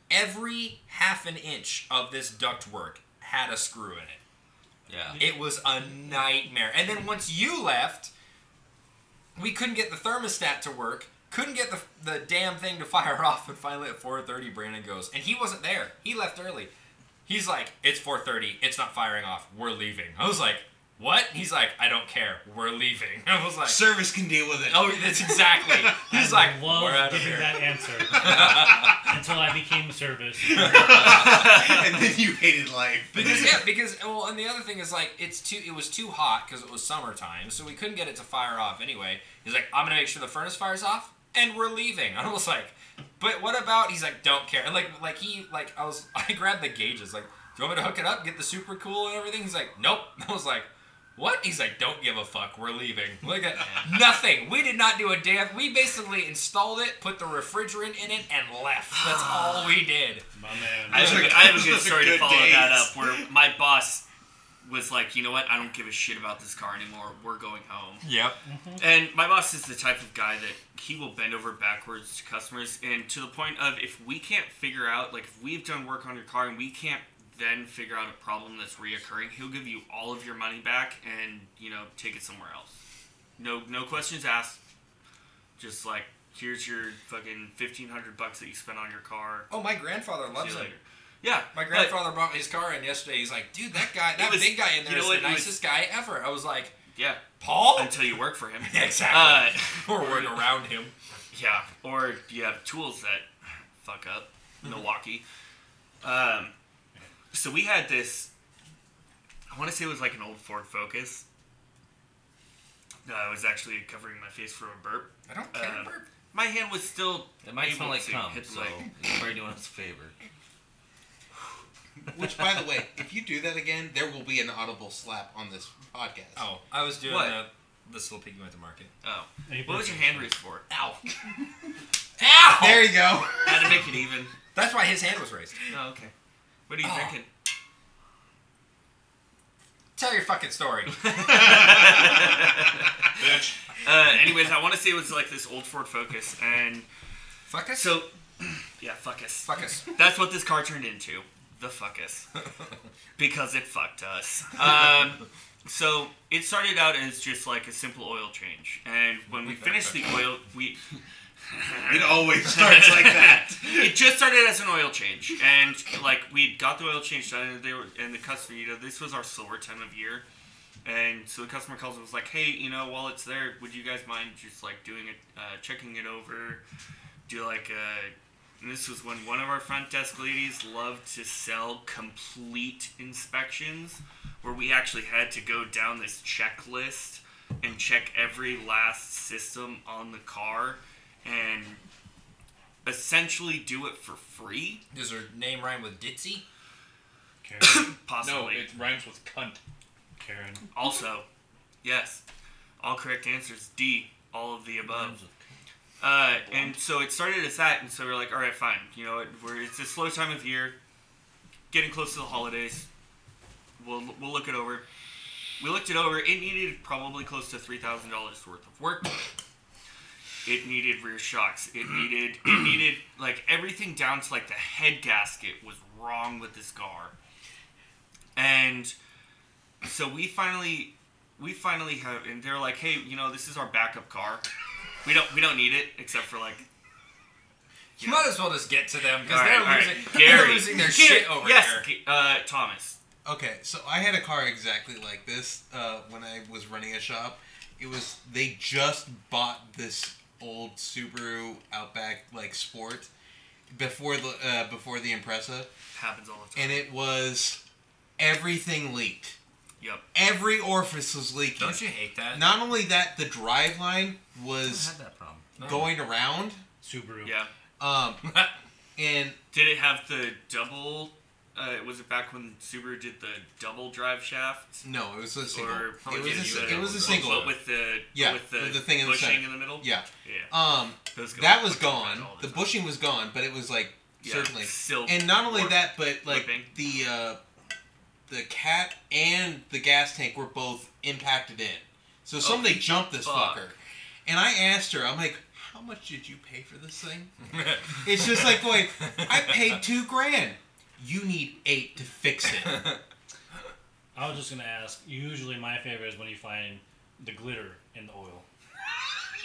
[SPEAKER 4] Every half an inch of this ductwork had a screw in it.
[SPEAKER 8] Yeah.
[SPEAKER 4] It was a nightmare. And then once you left, we couldn't get the thermostat to work. Couldn't get the, the damn thing to fire off. And finally at 4:30, Brandon goes, and he wasn't there. He left early. He's like, "It's 4:30. It's not firing off. We're leaving." I was like, "What?" He's like, "I don't care. We're leaving." I was like,
[SPEAKER 3] Service can deal with it.
[SPEAKER 4] "Oh, that's exactly." He's like,
[SPEAKER 1] I
[SPEAKER 4] "We're
[SPEAKER 1] love
[SPEAKER 4] out of
[SPEAKER 1] giving
[SPEAKER 4] here."
[SPEAKER 1] that answer until I became a service.
[SPEAKER 3] and then you hated life.
[SPEAKER 4] Because yeah, because well, and the other thing is like it's too it was too hot because it was summertime, so we couldn't get it to fire off anyway. He's like, I'm gonna make sure the furnace fires off, and we're leaving. I was like, but what about? He's like, don't care. And like like he like I was I grabbed the gauges like, do you want me to hook it up, get the super cool and everything? He's like, nope. I was like. What? He's like, don't give a fuck. We're leaving. Like at nothing. We did not do a damn. We basically installed it, put the refrigerant in it, and left. That's all we did.
[SPEAKER 1] My man.
[SPEAKER 5] I have,
[SPEAKER 3] Those
[SPEAKER 5] a,
[SPEAKER 3] are-
[SPEAKER 5] I have a good
[SPEAKER 3] those are
[SPEAKER 5] story to
[SPEAKER 3] good
[SPEAKER 5] follow that
[SPEAKER 3] days.
[SPEAKER 5] up where my boss was like, you know what? I don't give a shit about this car anymore. We're going home.
[SPEAKER 4] Yep.
[SPEAKER 5] And my boss is the type of guy that he will bend over backwards to customers, and to the point of if we can't figure out, like if we've done work on your car and we can't then figure out a problem that's reoccurring, he'll give you all of your money back and you know take it somewhere else. No, no questions asked. Just like here's your fucking fifteen hundred bucks that you spent on your car.
[SPEAKER 4] Oh, my grandfather
[SPEAKER 5] See
[SPEAKER 4] loves
[SPEAKER 5] you
[SPEAKER 4] it.
[SPEAKER 5] later. Yeah,
[SPEAKER 4] My
[SPEAKER 5] but-
[SPEAKER 4] grandfather brought his car in yesterday. He's like, dude, that guy, that
[SPEAKER 5] was-
[SPEAKER 4] big guy in there
[SPEAKER 5] you
[SPEAKER 4] is
[SPEAKER 5] know
[SPEAKER 4] the
[SPEAKER 5] what, it was-
[SPEAKER 4] nicest guy ever. I was like,
[SPEAKER 5] yeah,
[SPEAKER 4] Paul?
[SPEAKER 5] until you work for him. Uh,
[SPEAKER 4] exactly. or work around him.
[SPEAKER 5] Yeah, or you have tools that fuck up
[SPEAKER 8] Mm-hmm.
[SPEAKER 5] Milwaukee. Um, so we had this. I want to say it was like an old Ford Focus. No, I was actually covering my face from a burp.
[SPEAKER 4] I don't care.
[SPEAKER 5] Uh,
[SPEAKER 4] burp.
[SPEAKER 5] My hand was still.
[SPEAKER 8] It might
[SPEAKER 5] able
[SPEAKER 8] smell like
[SPEAKER 5] to
[SPEAKER 8] cum,
[SPEAKER 5] hit the
[SPEAKER 8] so
[SPEAKER 5] mic.
[SPEAKER 8] it's probably doing us a favor.
[SPEAKER 3] Which, by the way, if you do that again, there will be an audible slap on this podcast.
[SPEAKER 4] oh, I was doing
[SPEAKER 5] What?
[SPEAKER 4] the, this little piggy went to market.
[SPEAKER 5] Oh,
[SPEAKER 1] Hey,
[SPEAKER 5] what was your hand raised for?
[SPEAKER 4] Ow. Ow!
[SPEAKER 3] There you go.
[SPEAKER 5] Had to make it even.
[SPEAKER 4] That's why his hand was raised.
[SPEAKER 5] Oh, okay. What are you
[SPEAKER 4] Oh.
[SPEAKER 5] drinking?
[SPEAKER 4] Tell your fucking story.
[SPEAKER 2] Bitch.
[SPEAKER 5] Uh, anyways, I want to say it was like this old Ford Focus, and
[SPEAKER 4] Fuck us?
[SPEAKER 5] so yeah, fuck us.
[SPEAKER 4] Fuck us.
[SPEAKER 5] That's what this car turned into. The fuckus. because it fucked us. Um, so it started out as just like a simple oil change. And when we finished the oil, we.
[SPEAKER 3] It always starts like that.
[SPEAKER 5] It just started as an oil change. And like we got the oil change done, and, they were, and the customer, you know, this was our slower time of year. And so the customer calls and was like, hey, you know, while it's there, would you guys mind just like doing it, uh, checking it over? Do like uh, a. And this was when one of our front desk ladies loved to sell complete inspections, where we actually had to go down this checklist and check every last system on the car and essentially do it for free.
[SPEAKER 4] Does her name rhyme with ditzy?
[SPEAKER 1] Karen.
[SPEAKER 2] No,
[SPEAKER 5] Possibly.
[SPEAKER 2] it rhymes with cunt.
[SPEAKER 1] Karen.
[SPEAKER 5] Also, yes. All correct answers D. All of the above. Uh, and so it started as that, and so we're like, all right, fine. You know, it, we're, it's a slow time of year, getting close to the holidays. We'll we'll look it over. We looked it over. It needed probably close to three thousand dollars worth of work. It needed rear shocks. It needed it needed like everything down to like the head gasket was wrong with this car. And so we finally we finally have and they're like hey you know this is our backup car we don't we don't need it except for like
[SPEAKER 4] You might as well just get to them because
[SPEAKER 5] All right,
[SPEAKER 4] they're,
[SPEAKER 5] all right.
[SPEAKER 4] losing, they're
[SPEAKER 5] Gary.
[SPEAKER 4] losing their
[SPEAKER 5] Gary,
[SPEAKER 4] shit over
[SPEAKER 5] yes
[SPEAKER 4] there.
[SPEAKER 5] G- uh thomas
[SPEAKER 3] Okay, so I had a car exactly like this uh, when I was running a shop. It was they just bought this old Subaru Outback like Sport before the uh, before the Impreza,
[SPEAKER 5] happens all the time
[SPEAKER 3] and it was everything leaked.
[SPEAKER 5] yep
[SPEAKER 3] Every orifice was leaking.
[SPEAKER 4] Don't you hate that?
[SPEAKER 3] Not only that, the drive line
[SPEAKER 8] I
[SPEAKER 3] was
[SPEAKER 8] had that problem.
[SPEAKER 3] going around,
[SPEAKER 1] Subaru.
[SPEAKER 5] yeah
[SPEAKER 3] um, and
[SPEAKER 5] did it have the double uh was it back when subaru did the double drive shaft
[SPEAKER 3] no, it was a single.
[SPEAKER 5] or
[SPEAKER 3] it
[SPEAKER 5] yeah,
[SPEAKER 3] was
[SPEAKER 5] you
[SPEAKER 3] a,
[SPEAKER 5] had
[SPEAKER 3] it was a
[SPEAKER 5] double
[SPEAKER 3] single.
[SPEAKER 5] drive. But with the
[SPEAKER 3] Yeah,
[SPEAKER 5] with the,
[SPEAKER 3] with the thing in the
[SPEAKER 5] bushing
[SPEAKER 3] center.
[SPEAKER 5] in the middle
[SPEAKER 3] Yeah.
[SPEAKER 5] yeah
[SPEAKER 3] Um,
[SPEAKER 5] Those go
[SPEAKER 3] that was
[SPEAKER 5] fucking bad
[SPEAKER 3] gone.
[SPEAKER 5] all
[SPEAKER 3] The
[SPEAKER 5] time.
[SPEAKER 3] bushing was gone, but it was like
[SPEAKER 5] Yeah,
[SPEAKER 3] certainly.
[SPEAKER 5] still
[SPEAKER 3] And not only
[SPEAKER 5] work-
[SPEAKER 3] that, but like
[SPEAKER 5] whipping.
[SPEAKER 3] the uh, the cat and the gas tank were both impacted in. So somebody jumped this
[SPEAKER 5] Oh, fuck.
[SPEAKER 3] fucker, and I asked her, I'm like, "How much did you pay for this thing?" it's just like, "Wait, I paid two grand. You need eight to fix it."
[SPEAKER 1] I was just gonna ask. Usually, my favorite is when you find the glitter in the oil.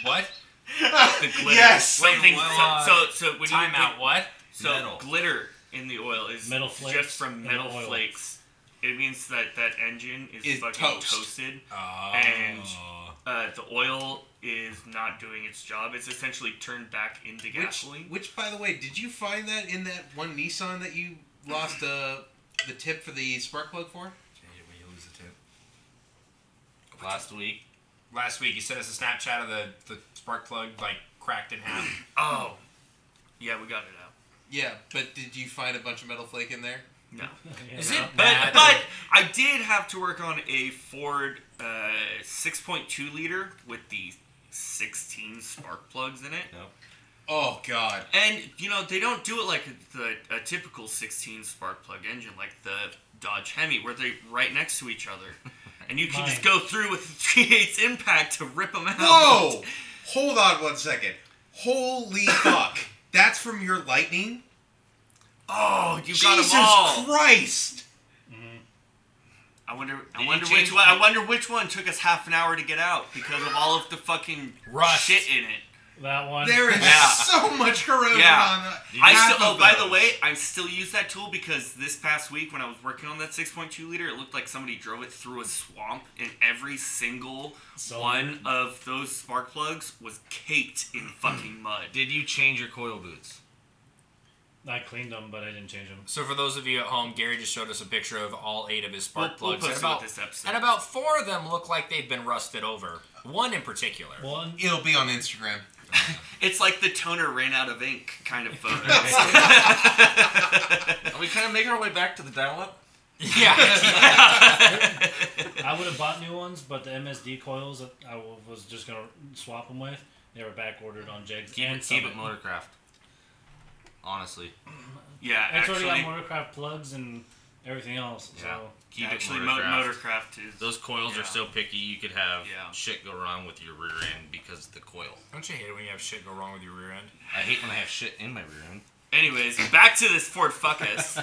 [SPEAKER 4] what?
[SPEAKER 5] the glitter
[SPEAKER 3] Yes!
[SPEAKER 5] Something-
[SPEAKER 4] Wait, well,
[SPEAKER 5] so, so so when
[SPEAKER 4] Time
[SPEAKER 5] you, when-
[SPEAKER 4] out. What?
[SPEAKER 5] So
[SPEAKER 8] Metal.
[SPEAKER 5] glitter in the oil is
[SPEAKER 1] Metal
[SPEAKER 5] just
[SPEAKER 1] flakes
[SPEAKER 5] from
[SPEAKER 1] in
[SPEAKER 5] metal
[SPEAKER 1] oil.
[SPEAKER 5] flakes. It means that that engine is,
[SPEAKER 3] Is
[SPEAKER 5] fucking
[SPEAKER 3] toast.
[SPEAKER 5] toasted.
[SPEAKER 4] Oh.
[SPEAKER 5] And- Uh, the oil is not doing its job. It's essentially turned back into
[SPEAKER 3] Which,
[SPEAKER 5] gasoline.
[SPEAKER 3] which, by the way, did you find that in that one Nissan that you lost uh, the tip for the spark plug for?
[SPEAKER 4] When you lose a tip.
[SPEAKER 8] Last week,
[SPEAKER 4] Last week you sent us a Snapchat of the, the spark plug like cracked in half.
[SPEAKER 5] oh, yeah, we got it out.
[SPEAKER 3] Yeah, but did you find a bunch of metal flake in there?
[SPEAKER 5] No,
[SPEAKER 1] Yeah.
[SPEAKER 4] Is it
[SPEAKER 5] but
[SPEAKER 4] bad?
[SPEAKER 5] but I did have to work on a Ford uh, 6.2 liter with the 16 spark plugs in it.
[SPEAKER 3] Oh God!
[SPEAKER 5] And you know they don't do it like the a typical 16 spark plug engine, like the Dodge Hemi, where they're right next to each other, and you can just
[SPEAKER 1] Mine.
[SPEAKER 5] go through with 3/8 impact to rip them out.
[SPEAKER 3] Whoa! Hold on one second. Holy fuck! That's from your lightning.
[SPEAKER 5] Oh, you got
[SPEAKER 3] Jesus
[SPEAKER 5] them all.
[SPEAKER 3] Christ!
[SPEAKER 5] I wonder. I
[SPEAKER 6] Did you
[SPEAKER 5] wonder
[SPEAKER 6] change
[SPEAKER 5] which one. I
[SPEAKER 6] the-
[SPEAKER 5] wonder which one took us half an hour to get out because of all of the fucking
[SPEAKER 4] Rust.
[SPEAKER 5] shit in it.
[SPEAKER 1] that one?
[SPEAKER 3] There is
[SPEAKER 5] Yeah.
[SPEAKER 3] so much corrosion
[SPEAKER 5] Yeah.
[SPEAKER 3] on.
[SPEAKER 5] I
[SPEAKER 3] half
[SPEAKER 5] still. Oh,
[SPEAKER 3] of
[SPEAKER 5] by the
[SPEAKER 3] those.
[SPEAKER 5] way, I still use that tool because this past week when I was working on that 6.2 liter, it looked like somebody drove it through a swamp, and every single
[SPEAKER 1] So-
[SPEAKER 5] one of those spark plugs was caked in fucking mud.
[SPEAKER 8] did you change your coil boots?
[SPEAKER 1] I cleaned them, but I didn't change them.
[SPEAKER 4] So for those of you at home, Gary just showed us a picture of all eight of his
[SPEAKER 5] We'll,
[SPEAKER 4] spark
[SPEAKER 5] we'll
[SPEAKER 4] plugs.
[SPEAKER 5] post it
[SPEAKER 4] and,
[SPEAKER 5] with
[SPEAKER 4] about,
[SPEAKER 5] this episode.
[SPEAKER 4] and about four of them look like they've been rusted over. One in particular.
[SPEAKER 1] One.
[SPEAKER 3] It'll be on Instagram.
[SPEAKER 5] it's like the toner ran out of ink kind of photo.
[SPEAKER 8] Are we kind of making our way back to the dial-up?
[SPEAKER 4] yeah.
[SPEAKER 1] I would have bought new ones, but the MSD coils that I w- was just gonna swap them with, they were back ordered on Jegs
[SPEAKER 8] Keep
[SPEAKER 1] and
[SPEAKER 8] it, keep it
[SPEAKER 1] Summit.
[SPEAKER 8] motorcraft. Honestly,
[SPEAKER 5] yeah,
[SPEAKER 1] It's
[SPEAKER 5] actually,
[SPEAKER 1] already got Motorcraft plugs and everything else.
[SPEAKER 8] Yeah.
[SPEAKER 1] So
[SPEAKER 8] keep
[SPEAKER 5] actually,
[SPEAKER 8] it
[SPEAKER 5] Mo-
[SPEAKER 8] motorcraft.
[SPEAKER 5] Motorcraft is.
[SPEAKER 6] Those coils
[SPEAKER 5] Yeah.
[SPEAKER 6] are so picky. You could have
[SPEAKER 5] Yeah.
[SPEAKER 6] shit go wrong with your rear end because of the coil.
[SPEAKER 4] Don't you hate it when you have shit go wrong with your rear end?
[SPEAKER 6] I hate when I have shit in my rear end.
[SPEAKER 5] Anyways, back to this Ford Focus.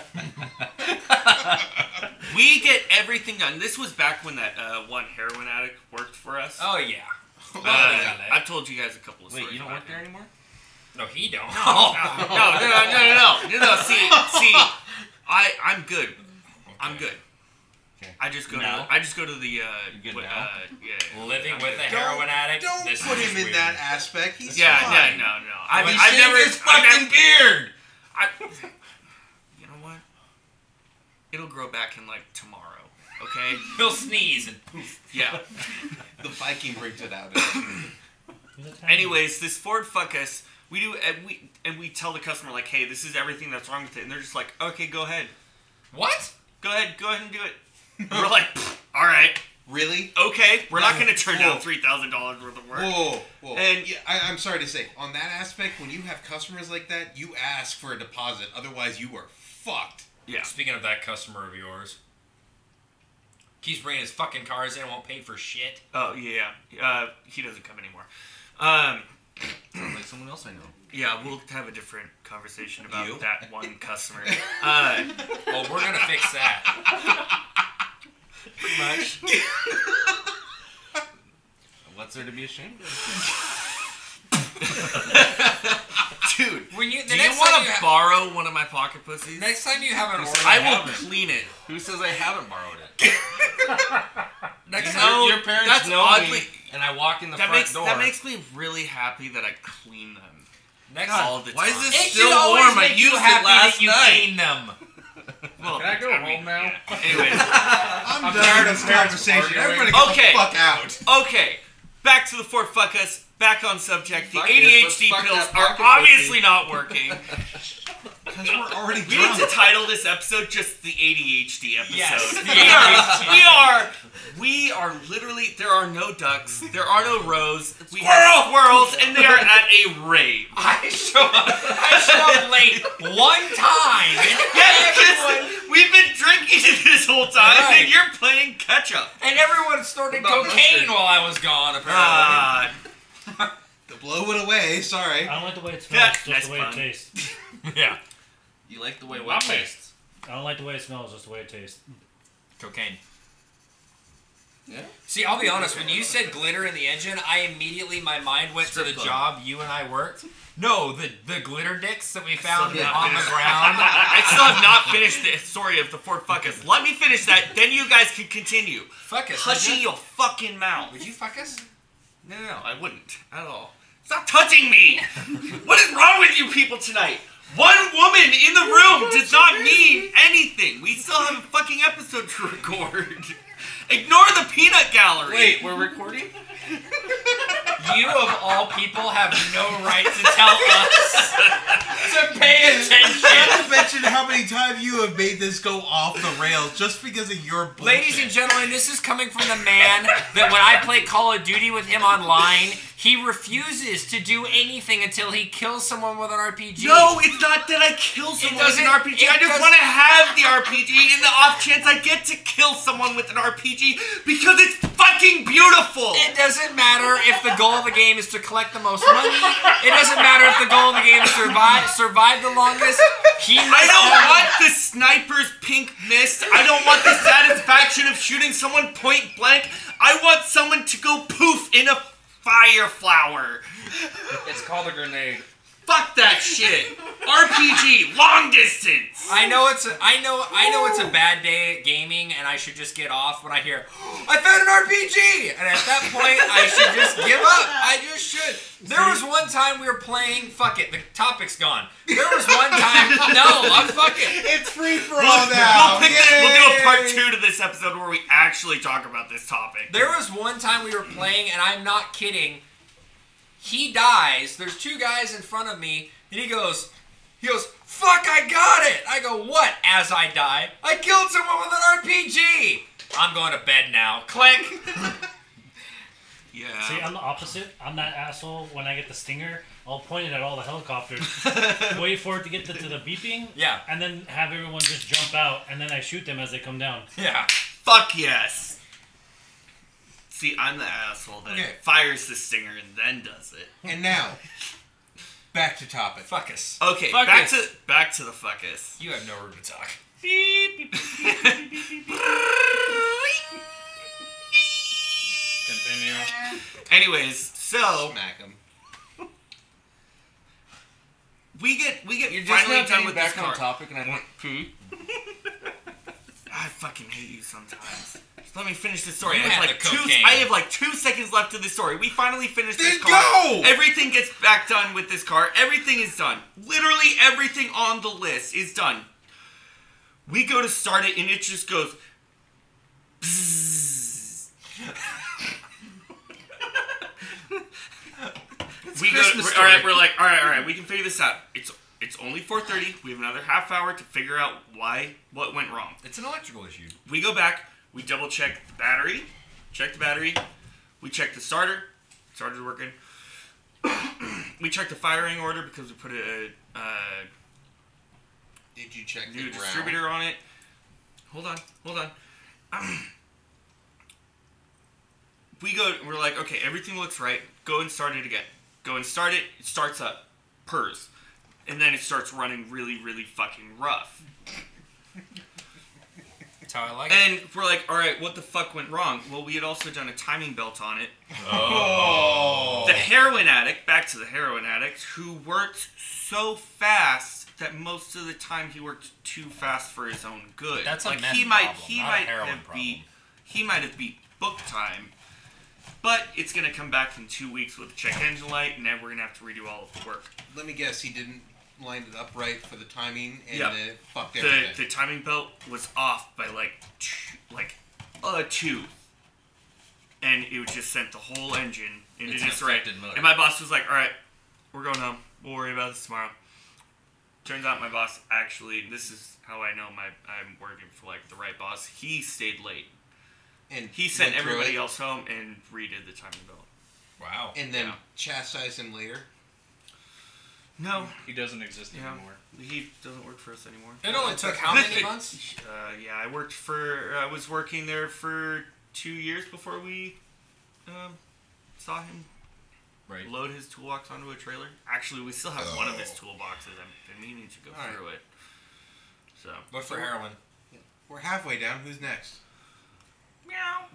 [SPEAKER 5] we get everything done. This was back when that uh, one heroin addict worked for us.
[SPEAKER 4] Oh yeah.
[SPEAKER 5] Uh,
[SPEAKER 4] yeah.
[SPEAKER 5] I've told you guys a couple of
[SPEAKER 6] Wait,
[SPEAKER 5] stories.
[SPEAKER 6] you don't
[SPEAKER 5] about
[SPEAKER 6] work there anymore?
[SPEAKER 4] No, he don't.
[SPEAKER 5] him. No, no, no, no, no, no, no. See, see, I, I'm good. I'm good.
[SPEAKER 6] Okay.
[SPEAKER 5] I just go.
[SPEAKER 6] Now?
[SPEAKER 5] To, I just go to the. Uh,
[SPEAKER 6] You good
[SPEAKER 5] what,
[SPEAKER 6] now?
[SPEAKER 5] uh, yeah.
[SPEAKER 4] Living
[SPEAKER 5] I'm
[SPEAKER 4] with a
[SPEAKER 5] good.
[SPEAKER 4] heroin addict.
[SPEAKER 3] Don't
[SPEAKER 4] this
[SPEAKER 3] put
[SPEAKER 4] is
[SPEAKER 3] him in
[SPEAKER 4] weird.
[SPEAKER 3] that aspect. He's
[SPEAKER 5] Yeah, yeah,
[SPEAKER 3] fine.
[SPEAKER 5] no, no. I've,
[SPEAKER 4] When
[SPEAKER 5] I've never.
[SPEAKER 6] His
[SPEAKER 5] I've
[SPEAKER 6] fucking
[SPEAKER 5] never-
[SPEAKER 6] beard.
[SPEAKER 5] I, you know what? It'll grow back in like tomorrow. Okay.
[SPEAKER 4] He'll sneeze and
[SPEAKER 5] Yeah.
[SPEAKER 3] The Viking brings it out.
[SPEAKER 1] he's Italian.
[SPEAKER 5] Anyways, this Ford fuck us. We do, and we and we tell the customer like, "Hey, this is everything that's wrong with it," and they're just like, "Okay, go ahead,
[SPEAKER 4] what?
[SPEAKER 5] Go ahead, go ahead and do it. And we're like, "Pfft, all right,
[SPEAKER 3] Really?
[SPEAKER 5] okay, we're not
[SPEAKER 3] No.
[SPEAKER 5] going to turn
[SPEAKER 3] Whoa.
[SPEAKER 5] down three thousand dollars worth of work.
[SPEAKER 3] Whoa, whoa.
[SPEAKER 5] And-
[SPEAKER 3] And yeah, I, I'm sorry to say, on that aspect, when you have customers like that, you ask for a deposit. Otherwise, you are fucked.
[SPEAKER 5] Yeah.
[SPEAKER 4] Speaking of that customer of yours, keeps bringing his fucking cars in, won't pay for shit.
[SPEAKER 5] Oh yeah, uh, he doesn't come anymore. Um,
[SPEAKER 8] Sounds like someone else I know.
[SPEAKER 5] yeah, we'll have a different conversation about
[SPEAKER 4] You?
[SPEAKER 5] that one customer. Uh,
[SPEAKER 4] Well, we're gonna fix that. Pretty much.
[SPEAKER 8] What's there to be ashamed of?
[SPEAKER 3] Dude,
[SPEAKER 4] When you the
[SPEAKER 5] do you
[SPEAKER 4] next time
[SPEAKER 5] want
[SPEAKER 4] you
[SPEAKER 5] to
[SPEAKER 4] have,
[SPEAKER 5] borrow one of my pocket pussies?
[SPEAKER 4] next time you have an order,
[SPEAKER 5] I will clean it.
[SPEAKER 8] Who says I haven't borrowed it?
[SPEAKER 4] Next
[SPEAKER 8] Your-
[SPEAKER 4] time,
[SPEAKER 5] No,
[SPEAKER 8] your parents
[SPEAKER 5] that's
[SPEAKER 8] know me,
[SPEAKER 5] oddly-
[SPEAKER 8] and I walk in the
[SPEAKER 5] That
[SPEAKER 8] front
[SPEAKER 5] makes
[SPEAKER 8] door.
[SPEAKER 5] that makes me really happy that I clean them
[SPEAKER 4] next
[SPEAKER 5] all the time.
[SPEAKER 8] why is this-
[SPEAKER 4] It
[SPEAKER 8] still
[SPEAKER 4] should always
[SPEAKER 8] warm. I
[SPEAKER 4] make you
[SPEAKER 8] used it
[SPEAKER 4] happy
[SPEAKER 8] last
[SPEAKER 4] that you
[SPEAKER 8] night.
[SPEAKER 4] clean them.
[SPEAKER 5] Well,
[SPEAKER 6] Can I go
[SPEAKER 5] mean,
[SPEAKER 6] home now?
[SPEAKER 5] yeah. Anyways.
[SPEAKER 3] I'm, tired of this conversation.
[SPEAKER 6] arguing.
[SPEAKER 3] Everybody get
[SPEAKER 5] Okay.
[SPEAKER 3] the fuck out.
[SPEAKER 5] Okay, back to the four fuck us. Back on subject. The
[SPEAKER 8] Fuck yes, let's
[SPEAKER 5] ADHD
[SPEAKER 8] fuck
[SPEAKER 5] pills
[SPEAKER 8] that
[SPEAKER 5] are
[SPEAKER 8] pocket
[SPEAKER 5] obviously not working.
[SPEAKER 3] Because we're already
[SPEAKER 5] We need to
[SPEAKER 3] drunk.
[SPEAKER 5] title this episode just the ADHD episode.
[SPEAKER 4] Yes, the
[SPEAKER 5] we are, we are, we are literally. There are no ducks. There are no rows. We have squirrels, and they are at a rave.
[SPEAKER 4] I show up. I show up late one time. And everyone,
[SPEAKER 5] Yes, we've been drinking this whole time,
[SPEAKER 4] Right.
[SPEAKER 5] and you're playing catch up.
[SPEAKER 4] and everyone snorted
[SPEAKER 8] About
[SPEAKER 4] cocaine
[SPEAKER 8] mustard.
[SPEAKER 4] while I was gone. Apparently.
[SPEAKER 5] Ah,
[SPEAKER 3] The blow went away. Sorry.
[SPEAKER 1] I don't like the way it
[SPEAKER 5] Yeah,
[SPEAKER 1] smells, just
[SPEAKER 5] nice
[SPEAKER 1] the way
[SPEAKER 5] pun.
[SPEAKER 1] it tastes.
[SPEAKER 4] yeah.
[SPEAKER 8] you like the way
[SPEAKER 2] My
[SPEAKER 8] what tastes.
[SPEAKER 2] face.
[SPEAKER 1] I don't like the way it smells, just the way it tastes.
[SPEAKER 4] Cocaine.
[SPEAKER 8] Yeah.
[SPEAKER 4] See, I'll be honest. When you said glitter in the engine, I immediately my mind went to
[SPEAKER 8] Strip
[SPEAKER 4] the
[SPEAKER 8] club.
[SPEAKER 4] job you and I worked. No, the the glitter dicks that we found
[SPEAKER 8] yeah.
[SPEAKER 4] on the ground.
[SPEAKER 5] I still have not finished the story of the four fuck us. Let me finish that, then you guys can continue.
[SPEAKER 4] Fuck us.
[SPEAKER 5] Hushing
[SPEAKER 4] Would you,
[SPEAKER 5] your fucking mouth.
[SPEAKER 4] would you fuck us?
[SPEAKER 5] No, no, no, I wouldn't at all. Stop touching me! what is wrong with you people tonight? One woman in the room does not mean anything. We still have a fucking episode to record. Ignore the peanut gallery.
[SPEAKER 8] Wait, we're recording?
[SPEAKER 4] You of all people have no right to tell us to pay attention.
[SPEAKER 3] Not to mention how many times you have made this go off the rails just because of your bullshit.
[SPEAKER 4] Ladies and gentlemen, this is coming from the man that when I play Call of Duty with him online, he refuses to do anything until he kills someone with an RPG.
[SPEAKER 5] No, it's not that I kill someone with
[SPEAKER 4] doesn't-
[SPEAKER 5] an RPG.
[SPEAKER 4] it
[SPEAKER 5] I just
[SPEAKER 4] does-
[SPEAKER 5] want to have the RPG in the off chance I get to kill someone with an RPG because it's fucking beautiful.
[SPEAKER 4] It doesn't matter if the goal of the game is to collect the most money. It doesn't matter if the goal of the game is to survive, survive the longest. He must
[SPEAKER 5] I don't
[SPEAKER 4] have-
[SPEAKER 5] want the sniper's pink mist. I don't want the satisfaction of shooting someone point blank. I want someone to go poof in a fire flower.
[SPEAKER 6] It's called a grenade.
[SPEAKER 5] Fuck that shit. RPG, long distance.
[SPEAKER 4] I know it's a, I know I know it's a bad day at gaming, and I should just get off when I hear I found an RPG, and at that point I should just give up. I just should. There was one time we were playing. Fuck it, the topic's gone. There was one time. No, I'm fuck it.
[SPEAKER 3] It's free for
[SPEAKER 5] We'll,
[SPEAKER 3] all now.
[SPEAKER 5] we'll pick this- we'll do a part
[SPEAKER 3] Yay.
[SPEAKER 5] two to this episode where we actually talk about this topic.
[SPEAKER 4] There was one time we were playing, and I'm not kidding. He dies. There's two guys in front of me, and he goes, he goes, fuck, I got it. I go, what? As I die, I killed someone with an RPG. I'm going to bed now. Click.
[SPEAKER 5] Yeah.
[SPEAKER 8] Uh,
[SPEAKER 1] See, I'm the opposite. I'm that asshole. When I get the stinger, I'll point it at all the helicopters, wait for it to get to, to the beeping,
[SPEAKER 4] Yeah.
[SPEAKER 1] and then have everyone just jump out, and then I shoot them as they come down.
[SPEAKER 4] Yeah.
[SPEAKER 5] Fuck yes. See, I'm the asshole that
[SPEAKER 4] Okay.
[SPEAKER 5] fires the stinger and then does it.
[SPEAKER 3] And now, back to topic.
[SPEAKER 4] Fuck us.
[SPEAKER 5] Okay,
[SPEAKER 4] Fuck
[SPEAKER 5] back
[SPEAKER 4] us.
[SPEAKER 5] to back to the fuckus.
[SPEAKER 4] You have no room to talk.
[SPEAKER 6] Continue.
[SPEAKER 5] Anyways, so
[SPEAKER 3] Smack him.
[SPEAKER 5] we get we get
[SPEAKER 8] You're just
[SPEAKER 5] finally
[SPEAKER 8] not
[SPEAKER 5] done
[SPEAKER 8] getting
[SPEAKER 5] with
[SPEAKER 8] back
[SPEAKER 5] this Hmm?
[SPEAKER 8] on
[SPEAKER 5] car.
[SPEAKER 8] topic, and I want pee.
[SPEAKER 5] I fucking hate you sometimes. Just let me finish this story.
[SPEAKER 4] You
[SPEAKER 5] I have
[SPEAKER 4] had
[SPEAKER 5] like
[SPEAKER 4] the
[SPEAKER 5] two.
[SPEAKER 4] cocaine.
[SPEAKER 5] I have like two seconds left of the story. We finally finish this
[SPEAKER 3] Then
[SPEAKER 5] car.
[SPEAKER 3] go!
[SPEAKER 5] Everything gets back done with this car. Everything is done. Literally everything on the list is done. We go to start it and it just goes. bzzz. we
[SPEAKER 8] Christmas
[SPEAKER 5] go. All right,
[SPEAKER 8] story.
[SPEAKER 5] we're like, all right, all right. We can figure this out. It's It's only 4:30. We have another half hour to figure out why what went wrong.
[SPEAKER 4] It's an electrical issue.
[SPEAKER 5] We go back, we double check the battery, check the battery, we check the starter, starter's working. we check the firing order because we put a, uh
[SPEAKER 3] Did you check
[SPEAKER 5] new
[SPEAKER 3] the ground?
[SPEAKER 5] distributor on it. Hold on, hold on. we go, we're like, okay, everything looks right. Go and start it again. Go and start it. It starts up, purrs, and then it starts running really, really fucking rough.
[SPEAKER 4] That's how I like it.
[SPEAKER 5] And we're like, all right, what the fuck went wrong? Well, we had also done a timing belt on it.
[SPEAKER 4] Oh.
[SPEAKER 5] The heroin addict, back to the heroin addict, who worked so fast that most of the time he worked too fast for his own good.
[SPEAKER 4] That's a
[SPEAKER 5] like
[SPEAKER 4] meth
[SPEAKER 5] he might
[SPEAKER 4] problem,
[SPEAKER 5] he
[SPEAKER 4] not a
[SPEAKER 5] might
[SPEAKER 4] heroin
[SPEAKER 5] have
[SPEAKER 4] problem.
[SPEAKER 5] beat he might have beat book time, but it's gonna come back in two weeks with a check engine light, and then we're gonna have to redo all of the work.
[SPEAKER 3] Let me guess, he didn't line it up right for the timing and
[SPEAKER 5] Yeah.
[SPEAKER 3] it fucked
[SPEAKER 5] The
[SPEAKER 3] everything.
[SPEAKER 5] the timing belt was off by like two, like a two. And it just sent the whole engine into
[SPEAKER 8] It's an
[SPEAKER 5] disarray.
[SPEAKER 8] affected motor.
[SPEAKER 5] And my boss was like, "All right, we're going home. We'll worry about this tomorrow." Turns out my boss actually, this is how I know my I'm working for like the right boss. He stayed late.
[SPEAKER 3] and
[SPEAKER 5] He sent
[SPEAKER 3] went through
[SPEAKER 5] everybody
[SPEAKER 3] it,
[SPEAKER 5] else home and redid the timing belt.
[SPEAKER 4] Wow.
[SPEAKER 3] And then
[SPEAKER 5] Yeah.
[SPEAKER 3] chastised him later.
[SPEAKER 5] No,
[SPEAKER 2] He doesn't exist
[SPEAKER 5] Yeah.
[SPEAKER 2] anymore.
[SPEAKER 5] he doesn't work for us anymore.
[SPEAKER 4] It only took how many months?
[SPEAKER 5] Uh, yeah, I worked for. I was working there for two years before we um, saw him
[SPEAKER 4] Right.
[SPEAKER 5] load his toolbox onto a trailer. Actually, we still have one of his
[SPEAKER 8] Oh.
[SPEAKER 5] toolboxes. I'm, I'm meaning to go
[SPEAKER 3] All right.
[SPEAKER 5] through it. So
[SPEAKER 4] But for heroin.
[SPEAKER 3] We're halfway down. Who's next?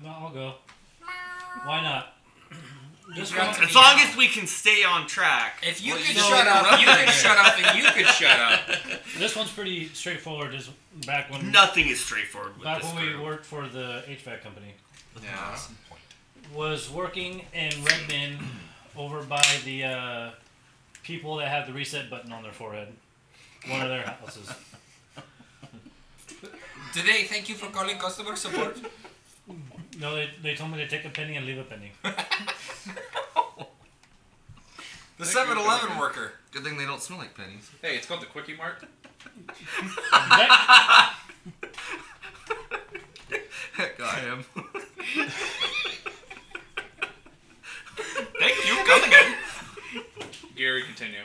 [SPEAKER 1] No, I'll go. Why not? Just
[SPEAKER 4] got
[SPEAKER 1] one-
[SPEAKER 4] to
[SPEAKER 5] as long as we can stay on track,
[SPEAKER 4] If you
[SPEAKER 3] Well,
[SPEAKER 4] could
[SPEAKER 3] you
[SPEAKER 4] shut
[SPEAKER 3] know-
[SPEAKER 4] up, you could shut up, and you could shut up.
[SPEAKER 1] This one's pretty straightforward. Is back when
[SPEAKER 5] nothing is straightforward with
[SPEAKER 1] back
[SPEAKER 5] this
[SPEAKER 1] when we
[SPEAKER 5] group.
[SPEAKER 1] worked for the HVAC company
[SPEAKER 3] Yeah.
[SPEAKER 1] was working in Redmond over by the uh, people that have the reset button on their forehead. One of their houses.
[SPEAKER 4] Today, thank you for calling customer support.
[SPEAKER 1] No, they, they told me to take a penny and leave a penny.
[SPEAKER 4] The 7-Eleven worker.
[SPEAKER 8] Good thing they don't smell like pennies.
[SPEAKER 2] Hey, it's called the Quickie Mart.
[SPEAKER 1] That-
[SPEAKER 8] Heck, I am.
[SPEAKER 5] Thank you, Gilligan.
[SPEAKER 2] Gary, continue.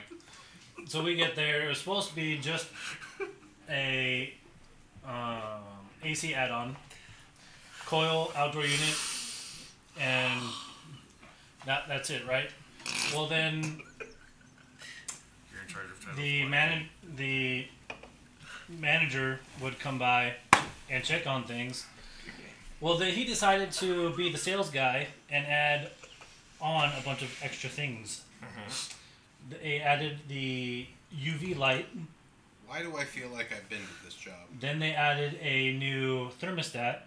[SPEAKER 1] so we get there. It was supposed to be just a um, AC add-on, coil outdoor unit, and that that's it, right? Well, then
[SPEAKER 5] You're in charge of title
[SPEAKER 1] the
[SPEAKER 5] one.
[SPEAKER 1] man the manager would come by and check on things. Well, then he decided to be the sales guy and add on a bunch of extra things. They added the UV light.
[SPEAKER 3] Why do I feel like I've been to this job?
[SPEAKER 1] Then they added a new thermostat.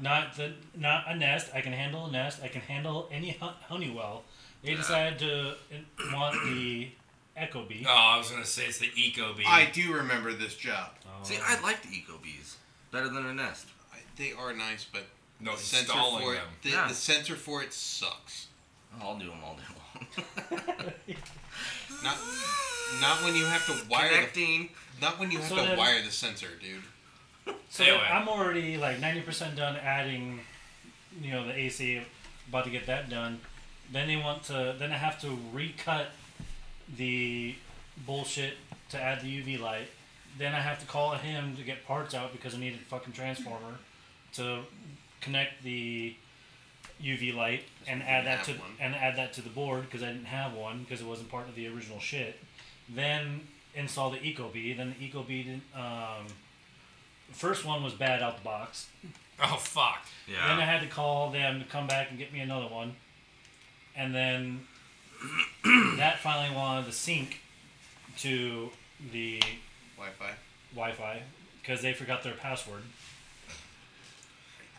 [SPEAKER 1] Not the not a Nest. I can handle a Nest. I can handle any Hon- Honeywell. They decided to uh, want the Echo Bee.
[SPEAKER 4] Oh, I was gonna say it's the Eco Bee.
[SPEAKER 3] I do remember this job.
[SPEAKER 5] Oh.
[SPEAKER 8] See, I like the eco bees better than a nest.
[SPEAKER 3] I, they are nice, but
[SPEAKER 4] no,
[SPEAKER 3] the sensor
[SPEAKER 4] installing
[SPEAKER 3] for it,
[SPEAKER 4] them.
[SPEAKER 3] the,
[SPEAKER 8] Yeah.
[SPEAKER 3] the sensor for it sucks.
[SPEAKER 8] I'll do them all day long.
[SPEAKER 3] Not not when you have to wire
[SPEAKER 8] Connecting.
[SPEAKER 3] the, not when you have
[SPEAKER 1] So
[SPEAKER 3] to
[SPEAKER 1] then-
[SPEAKER 3] wire the sensor, dude.
[SPEAKER 1] So
[SPEAKER 4] Anyway.
[SPEAKER 1] I'm already like 90% done adding, you know, the AC. About to get that done. Then they want to. Then I have to recut the bullshit to add the UV light. Then I have to call him to get parts out because I needed a fucking transformer to connect the UV light and add that
[SPEAKER 3] have
[SPEAKER 1] to
[SPEAKER 3] one.
[SPEAKER 1] and add that to the board because I didn't have one because it wasn't part of the original shit. Then install the Ecobee. Then the Ecobee didn't. Um, the first one was bad out the box.
[SPEAKER 4] Oh fuck.
[SPEAKER 1] Then I
[SPEAKER 8] Yeah.
[SPEAKER 1] had to call them to come back and get me another one. And then that finally wanted to sync to the
[SPEAKER 3] Wi-Fi.
[SPEAKER 1] Wi Fi because they forgot their password.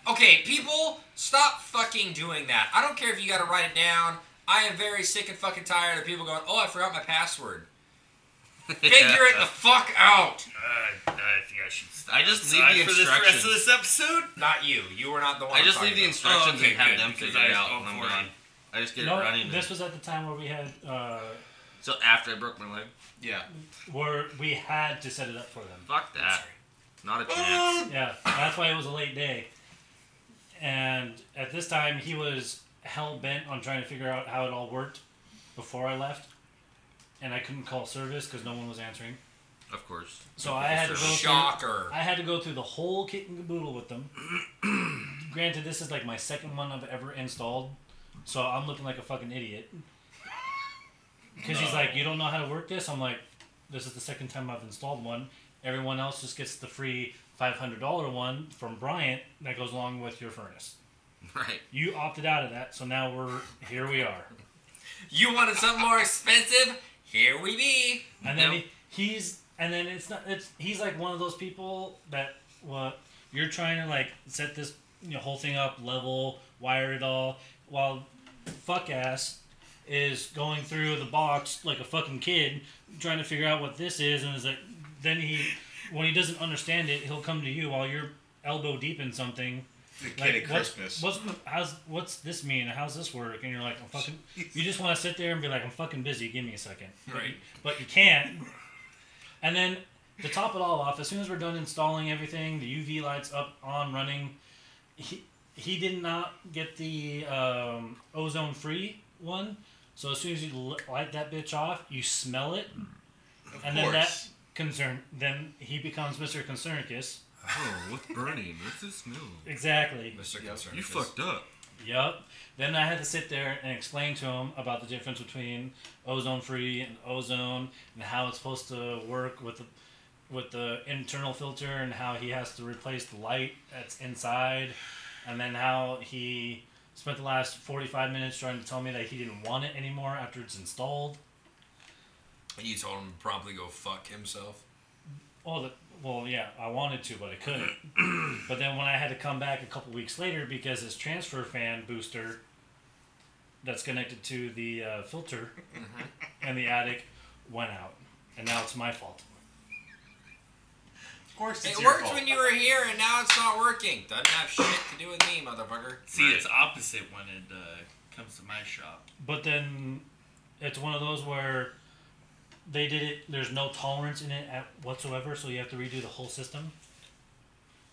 [SPEAKER 4] Okay, people, stop fucking doing that. I don't care if you gotta write it down. I am very sick and fucking tired of people going, "Oh, I forgot my password." Figure it the fuck out.
[SPEAKER 5] Uh, I think I should stop.
[SPEAKER 8] I just leave
[SPEAKER 5] aside
[SPEAKER 8] the
[SPEAKER 5] for this rest of
[SPEAKER 8] instructions.
[SPEAKER 5] this episode.
[SPEAKER 4] Not you. You were not the one.
[SPEAKER 8] I
[SPEAKER 4] I'm
[SPEAKER 8] just leave
[SPEAKER 4] talking
[SPEAKER 8] the
[SPEAKER 4] about.
[SPEAKER 8] instructions
[SPEAKER 5] Oh, okay,
[SPEAKER 8] and have
[SPEAKER 5] good,
[SPEAKER 8] them
[SPEAKER 5] because
[SPEAKER 8] figure it
[SPEAKER 5] I
[SPEAKER 8] out
[SPEAKER 5] was
[SPEAKER 8] when I'm
[SPEAKER 5] all for it.
[SPEAKER 8] done. I just get it
[SPEAKER 1] No,
[SPEAKER 8] running.
[SPEAKER 1] this was at the time where we had uh,
[SPEAKER 8] So after I broke my leg,
[SPEAKER 3] Yeah.
[SPEAKER 1] Where we had to set it up for them.
[SPEAKER 8] fuck that. Not a chance.
[SPEAKER 1] Yeah, that's why it was a late day. And at this time, he was hell bent on trying to figure out how it all worked before I left. And I couldn't call service because no one was answering.
[SPEAKER 8] Of course.
[SPEAKER 1] So I had to go through,
[SPEAKER 4] Shocker.
[SPEAKER 1] I had to go through the whole kit and caboodle with them. Granted, this is like my second one I've ever installed, so I'm looking like a fucking idiot. Because he's like, you don't know how to work this. I'm like, this is the second time I've installed one. Everyone else just gets the free $500 one from Bryant that goes along with your furnace.
[SPEAKER 8] Right.
[SPEAKER 1] You opted out of that, so now we're here we are.
[SPEAKER 4] You wanted something more expensive? Here we be.
[SPEAKER 1] And then
[SPEAKER 8] Yep.
[SPEAKER 1] he, he's and then it's not it's he's like one of those people that well you're trying to like set this you know, whole thing up level wire it all while fuck ass is going through the box like a fucking kid trying to figure out what this is and is like then he when he doesn't understand it he'll come to you while you're elbow deep in something
[SPEAKER 3] The kid
[SPEAKER 1] like
[SPEAKER 3] at
[SPEAKER 1] what's-
[SPEAKER 3] Christmas.
[SPEAKER 1] What's, how's what's this mean? How's this work? And you're like, I'm fucking. You just want to sit there and be like, I'm fucking busy. Give me a second.
[SPEAKER 4] Right.
[SPEAKER 1] But you can't. And then to top it all off, as soon as we're done installing everything, the UV lights up on running. He he did not get the um, ozone free one. So as soon as you li- light that bitch off, you smell it,
[SPEAKER 3] of course.
[SPEAKER 1] and then that concern. Then he becomes Mr. Concernicus.
[SPEAKER 8] Oh, what's burning? What's this smell?
[SPEAKER 1] Exactly.
[SPEAKER 4] Mr. Concern.
[SPEAKER 8] up.
[SPEAKER 1] Yep. Then I had to sit there and explain to him about the difference between ozone free and ozone and how it's supposed to work with the with the internal filter and how he has to replace the light that's inside and then how he spent the last 45 minutes trying to tell me that he didn't want it anymore after it's installed.
[SPEAKER 4] And you told him to promptly go fuck himself.
[SPEAKER 1] Oh, the, well, yeah, I wanted to, but I couldn't. but then when I had to come back a couple weeks later because his transfer fan booster that's connected to the uh, filter and the attic went out, and now it's my fault.
[SPEAKER 3] Of course, it's
[SPEAKER 4] it
[SPEAKER 3] your
[SPEAKER 4] worked
[SPEAKER 3] fault.
[SPEAKER 4] when you were here, and now it's not working. Doesn't have shit to do with me, motherfucker.
[SPEAKER 5] See, it's opposite when it uh, comes to my shop.
[SPEAKER 1] But then it's one of those where they did it. There's no tolerance in it at whatsoever, so you have to redo the whole system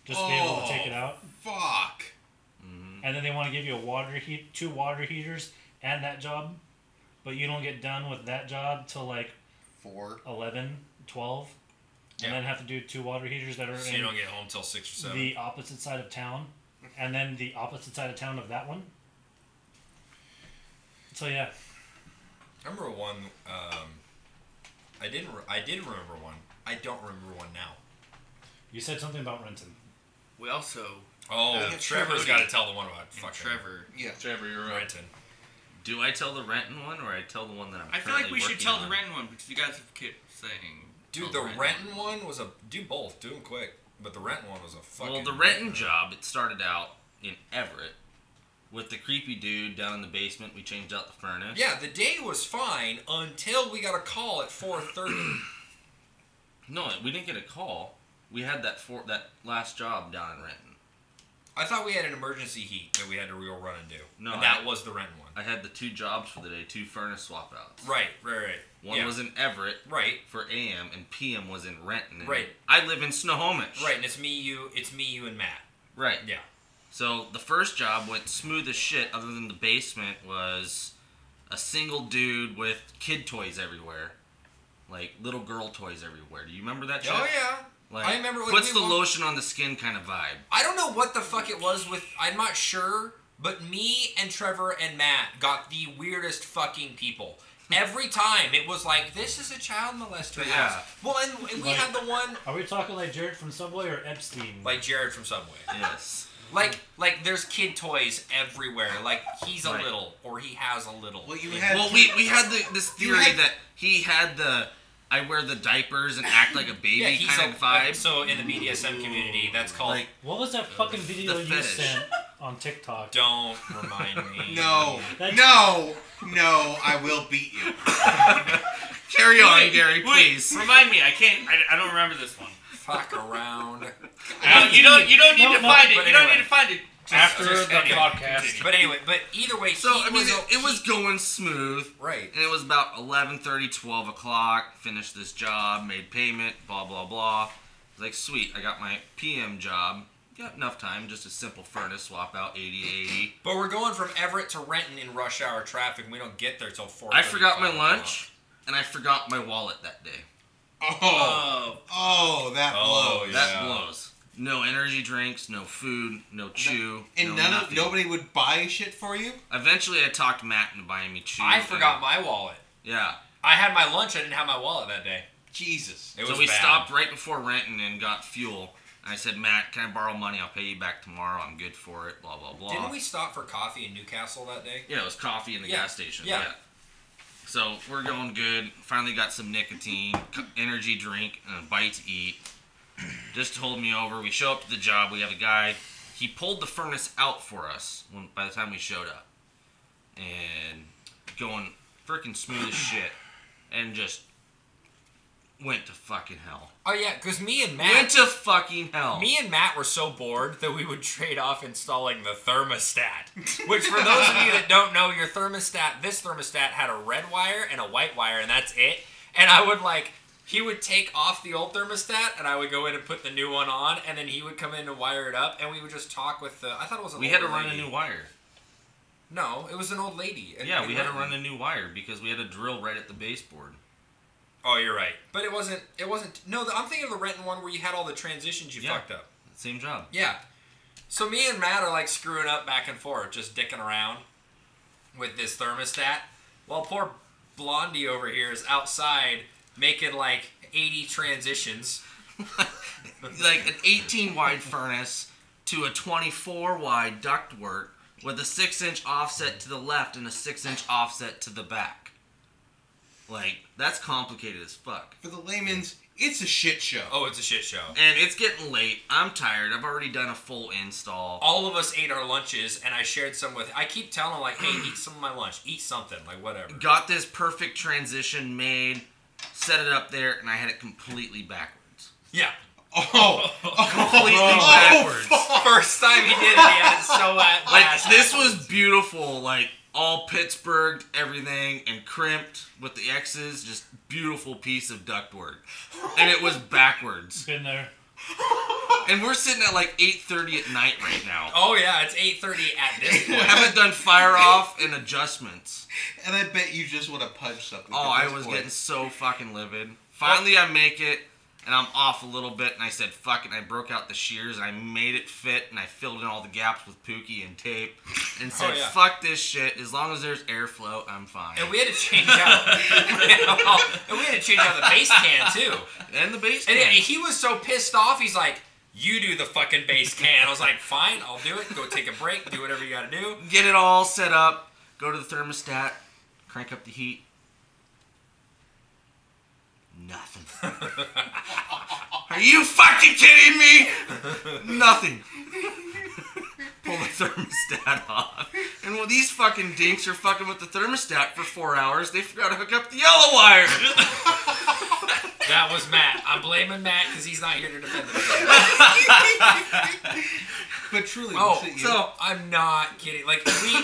[SPEAKER 1] just to be able to take it
[SPEAKER 3] Oh.
[SPEAKER 1] out.
[SPEAKER 3] Fuck.
[SPEAKER 1] and then they want to give you a water heat, two water heaters, and that job, but you don't get done with that job till like
[SPEAKER 3] Four.
[SPEAKER 1] 11, 12, and
[SPEAKER 4] Yeah.
[SPEAKER 1] then have to do two water heaters that are
[SPEAKER 4] So you
[SPEAKER 1] in
[SPEAKER 4] don't get home till six or seven.
[SPEAKER 1] the opposite side of town, and then the opposite side of town of that one. So yeah,
[SPEAKER 4] I remember one. Um, I didn't. Re- I did remember one. I don't remember one now.
[SPEAKER 1] you said something about Renton.
[SPEAKER 5] We also
[SPEAKER 4] Oh,
[SPEAKER 3] Yeah,
[SPEAKER 4] Trevor's
[SPEAKER 3] Trevor.
[SPEAKER 4] got to tell the one about
[SPEAKER 8] And
[SPEAKER 4] fucking
[SPEAKER 8] Trevor.
[SPEAKER 3] Yeah.
[SPEAKER 2] Trevor, you're right.
[SPEAKER 4] Renton.
[SPEAKER 8] Do I tell the Renton one or I tell the one that I'm
[SPEAKER 5] I feel like
[SPEAKER 8] currently
[SPEAKER 5] we should
[SPEAKER 8] working
[SPEAKER 5] tell
[SPEAKER 8] on?
[SPEAKER 5] the Renton one um, because you guys have kept saying.
[SPEAKER 4] Dude,
[SPEAKER 8] tell
[SPEAKER 4] the
[SPEAKER 8] Oh, Renton
[SPEAKER 4] Renton one was a. Do both. Do them quick. But the Renton one was a fucking.
[SPEAKER 8] Well, the Renton job, it started out in Everett with the creepy dude down in the basement. We changed out the furnace.
[SPEAKER 4] Yeah, the day was fine until we got a call at four thirty.
[SPEAKER 8] No, we didn't get a call. We had that for that last job down in Renton.
[SPEAKER 4] I thought we had an emergency heat that we had to real run and do.
[SPEAKER 8] No,
[SPEAKER 4] and that
[SPEAKER 8] I-
[SPEAKER 4] was the Renton one.
[SPEAKER 8] I had the two jobs for the day, two furnace swap outs.
[SPEAKER 4] right, right, right.
[SPEAKER 8] One
[SPEAKER 4] Yeah.
[SPEAKER 8] was in Everett
[SPEAKER 4] right,
[SPEAKER 8] for AM, and PM was in Renton. And
[SPEAKER 4] Right.
[SPEAKER 8] I live in Snohomish.
[SPEAKER 4] right, and it's me, you, it's me, you, and Matt.
[SPEAKER 8] Right.
[SPEAKER 4] Yeah.
[SPEAKER 8] So the first job went smooth as shit, other than the basement was a single dude with kid toys everywhere. Like little girl toys everywhere. Do you remember that shit?
[SPEAKER 4] Oh yeah.
[SPEAKER 8] Like,
[SPEAKER 4] I remember when
[SPEAKER 8] What's
[SPEAKER 4] we
[SPEAKER 8] the
[SPEAKER 4] walked-
[SPEAKER 8] lotion on the skin kind of vibe?
[SPEAKER 4] I don't know what the fuck it was with. I'm not sure, but me and Trevor and Matt got the weirdest fucking people. Every time it was like, this is a child molester
[SPEAKER 8] Yeah.
[SPEAKER 4] house. Well, and, and we
[SPEAKER 1] Like-
[SPEAKER 4] had the one
[SPEAKER 1] Are we talking like Jared from Subway or Epstein?
[SPEAKER 4] like Jared from Subway.
[SPEAKER 8] Yes.
[SPEAKER 4] Like, like there's kid toys everywhere. Like he's a
[SPEAKER 8] Right.
[SPEAKER 4] little or he has a little.
[SPEAKER 3] Well, you
[SPEAKER 4] It-
[SPEAKER 3] had.
[SPEAKER 8] well, we, we had the, this
[SPEAKER 3] You
[SPEAKER 8] theory
[SPEAKER 3] had-
[SPEAKER 8] that he had the I wear the diapers and act like a baby
[SPEAKER 4] yeah, he's
[SPEAKER 8] kind
[SPEAKER 4] a
[SPEAKER 8] of vibe.
[SPEAKER 4] So in the BDSM community, that's called.
[SPEAKER 8] like
[SPEAKER 1] what was that fucking video
[SPEAKER 8] the
[SPEAKER 1] you
[SPEAKER 8] fetish.
[SPEAKER 1] sent on
[SPEAKER 4] uh,
[SPEAKER 1] TikTok?
[SPEAKER 4] don't remind me.
[SPEAKER 3] no.
[SPEAKER 1] That's-
[SPEAKER 3] No. No. I will beat you. Oh.
[SPEAKER 8] carry on,
[SPEAKER 5] Wait,
[SPEAKER 8] Gary,
[SPEAKER 5] wait,
[SPEAKER 8] please.
[SPEAKER 5] remind me. I can't. I, I don't remember this one.
[SPEAKER 4] Fuck around.
[SPEAKER 5] No, you don't. You don't need
[SPEAKER 1] No,
[SPEAKER 5] to
[SPEAKER 1] no,
[SPEAKER 5] find it.
[SPEAKER 4] but
[SPEAKER 5] You don't
[SPEAKER 4] anyway.
[SPEAKER 5] need to find it.
[SPEAKER 2] After
[SPEAKER 4] just
[SPEAKER 2] the
[SPEAKER 4] anyway,
[SPEAKER 2] podcast.
[SPEAKER 4] But anyway, but either way,
[SPEAKER 8] So
[SPEAKER 4] he
[SPEAKER 8] I mean,
[SPEAKER 4] was
[SPEAKER 8] it, it was going smooth,
[SPEAKER 4] right.
[SPEAKER 8] and it was about 11:30, 12 o'clock. Finished this job, made payment, blah blah blah. I was like, sweet, I got my PM job. Got enough time, just a simple furnace swap out, 8080.
[SPEAKER 4] But we're going from Everett to Renton in rush hour traffic. and We don't get there till four.
[SPEAKER 8] I forgot my lunch, and I forgot my wallet that day.
[SPEAKER 3] Oh,
[SPEAKER 5] Oh,
[SPEAKER 3] oh, that
[SPEAKER 4] Oh,
[SPEAKER 3] blows.
[SPEAKER 4] yeah.
[SPEAKER 8] That blows. No energy drinks, no food, no chew,
[SPEAKER 3] And
[SPEAKER 8] no
[SPEAKER 3] none of
[SPEAKER 8] nothing.
[SPEAKER 3] nobody would buy shit for you.
[SPEAKER 8] Eventually, I talked Matt into buying me chew.
[SPEAKER 4] I
[SPEAKER 8] and-
[SPEAKER 4] forgot my wallet.
[SPEAKER 8] Yeah,
[SPEAKER 4] I had my lunch. I didn't have my wallet that day.
[SPEAKER 3] Jesus.
[SPEAKER 4] It
[SPEAKER 8] so
[SPEAKER 4] was
[SPEAKER 8] we
[SPEAKER 4] bad.
[SPEAKER 8] stopped right before Renton and got fuel. And I said, Matt, can I borrow money? I'll pay you back tomorrow. I'm good for it. Blah blah blah.
[SPEAKER 4] Didn't we stop for coffee in Newcastle that day?
[SPEAKER 8] Yeah, it was coffee in the
[SPEAKER 4] Yeah,
[SPEAKER 8] gas station.
[SPEAKER 4] yeah.
[SPEAKER 8] Yeah. So we're going good. Finally got some nicotine, co- energy drink, and a bite to eat. Just told me over. We show up to the job. We have a guy. He pulled the furnace out for us when, by the time we showed up, and going freaking smooth as shit, and just went to fucking hell.
[SPEAKER 4] Oh yeah, because me and
[SPEAKER 8] Went
[SPEAKER 4] Matt,
[SPEAKER 8] to fucking hell.
[SPEAKER 4] me and Matt were so bored that we would trade off installing the thermostat. Which, for those of you that don't know, your thermostat, this thermostat had a red wire and a white wire, and that's it. And I would like. He would take off the old thermostat, and I would go in and put the new one on, and then he would come in and wire it up, and we would just talk with the. I thought it was. An
[SPEAKER 8] we
[SPEAKER 4] old
[SPEAKER 8] had to run a
[SPEAKER 4] lady.
[SPEAKER 8] new wire.
[SPEAKER 4] No, it was an old lady. in-
[SPEAKER 8] Yeah,
[SPEAKER 4] in
[SPEAKER 8] we had to
[SPEAKER 4] Renton.
[SPEAKER 8] run a new wire because we had a drill right at the baseboard.
[SPEAKER 4] Oh, you're right. But it wasn't. It wasn't. No, the, I'm thinking of the Renton one where you had all the transitions you
[SPEAKER 8] Yeah.
[SPEAKER 4] fucked up.
[SPEAKER 8] Same job.
[SPEAKER 4] Yeah. So me and Matt are like screwing up back and forth, just dicking around with this thermostat, while poor Blondie over here is outside making like 80 transitions.
[SPEAKER 8] like an 18 wide furnace to a 24 wide ductwork with a 6 inch offset to the left and a 6 inch offset to the back. Like, that's complicated as fuck.
[SPEAKER 3] For the layman's, it's a shit show.
[SPEAKER 4] Oh, it's a shit show.
[SPEAKER 8] And it's getting late. I'm tired. I've already done a full install.
[SPEAKER 4] All of us ate our lunches, and I shared some with. I keep telling him like, "Hey, eat some of my lunch. Eat something, like whatever."
[SPEAKER 8] Got this perfect transition made, set it up there, and I had it completely backwards.
[SPEAKER 4] Yeah.
[SPEAKER 3] Oh,
[SPEAKER 8] Completely backwards.
[SPEAKER 4] First time he did it, he had it so at
[SPEAKER 8] Like this was beautiful, like all Pittsburgh, everything, and crimped with the X's, just beautiful piece of ductwork, and it was backwards.
[SPEAKER 1] Been there.
[SPEAKER 8] And we're sitting at like 8:30 at night right now.
[SPEAKER 4] Oh yeah, it's 8:30 at this point.
[SPEAKER 8] Haven't done fire off and adjustments.
[SPEAKER 3] and I bet you just want to punch something.
[SPEAKER 8] Oh,
[SPEAKER 3] at
[SPEAKER 8] I
[SPEAKER 3] this
[SPEAKER 8] was
[SPEAKER 3] point.
[SPEAKER 8] getting so fucking livid. Finally, I make it, and I'm off a little bit, and I said, fuck it, and I broke out the shears, and I made it fit, and I filled in all the gaps with Pookie and tape, and said,
[SPEAKER 4] Oh, yeah.
[SPEAKER 8] fuck this shit, as long as there's airflow, I'm fine.
[SPEAKER 4] And we had to change out. and we had to change out the base can too.
[SPEAKER 8] And the base
[SPEAKER 4] And
[SPEAKER 8] can.
[SPEAKER 4] he- he was so pissed off. He's like, "You do the fucking base can." I was like, "Fine, I'll do it. Go take a break. Do whatever you gotta do."
[SPEAKER 8] Get it all set up. Go to the thermostat. Crank up the heat. Nothing. Are you fucking kidding me? Nothing. Pull the thermostat off. And well, these fucking dinks are fucking with the thermostat for four hours. They forgot to hook up the yellow wire.
[SPEAKER 4] That was Matt. I'm blaming Matt because he's not here to defend himself.
[SPEAKER 3] But truly,
[SPEAKER 4] Oh,
[SPEAKER 3] we'll sit you-
[SPEAKER 4] so I'm not kidding. Like we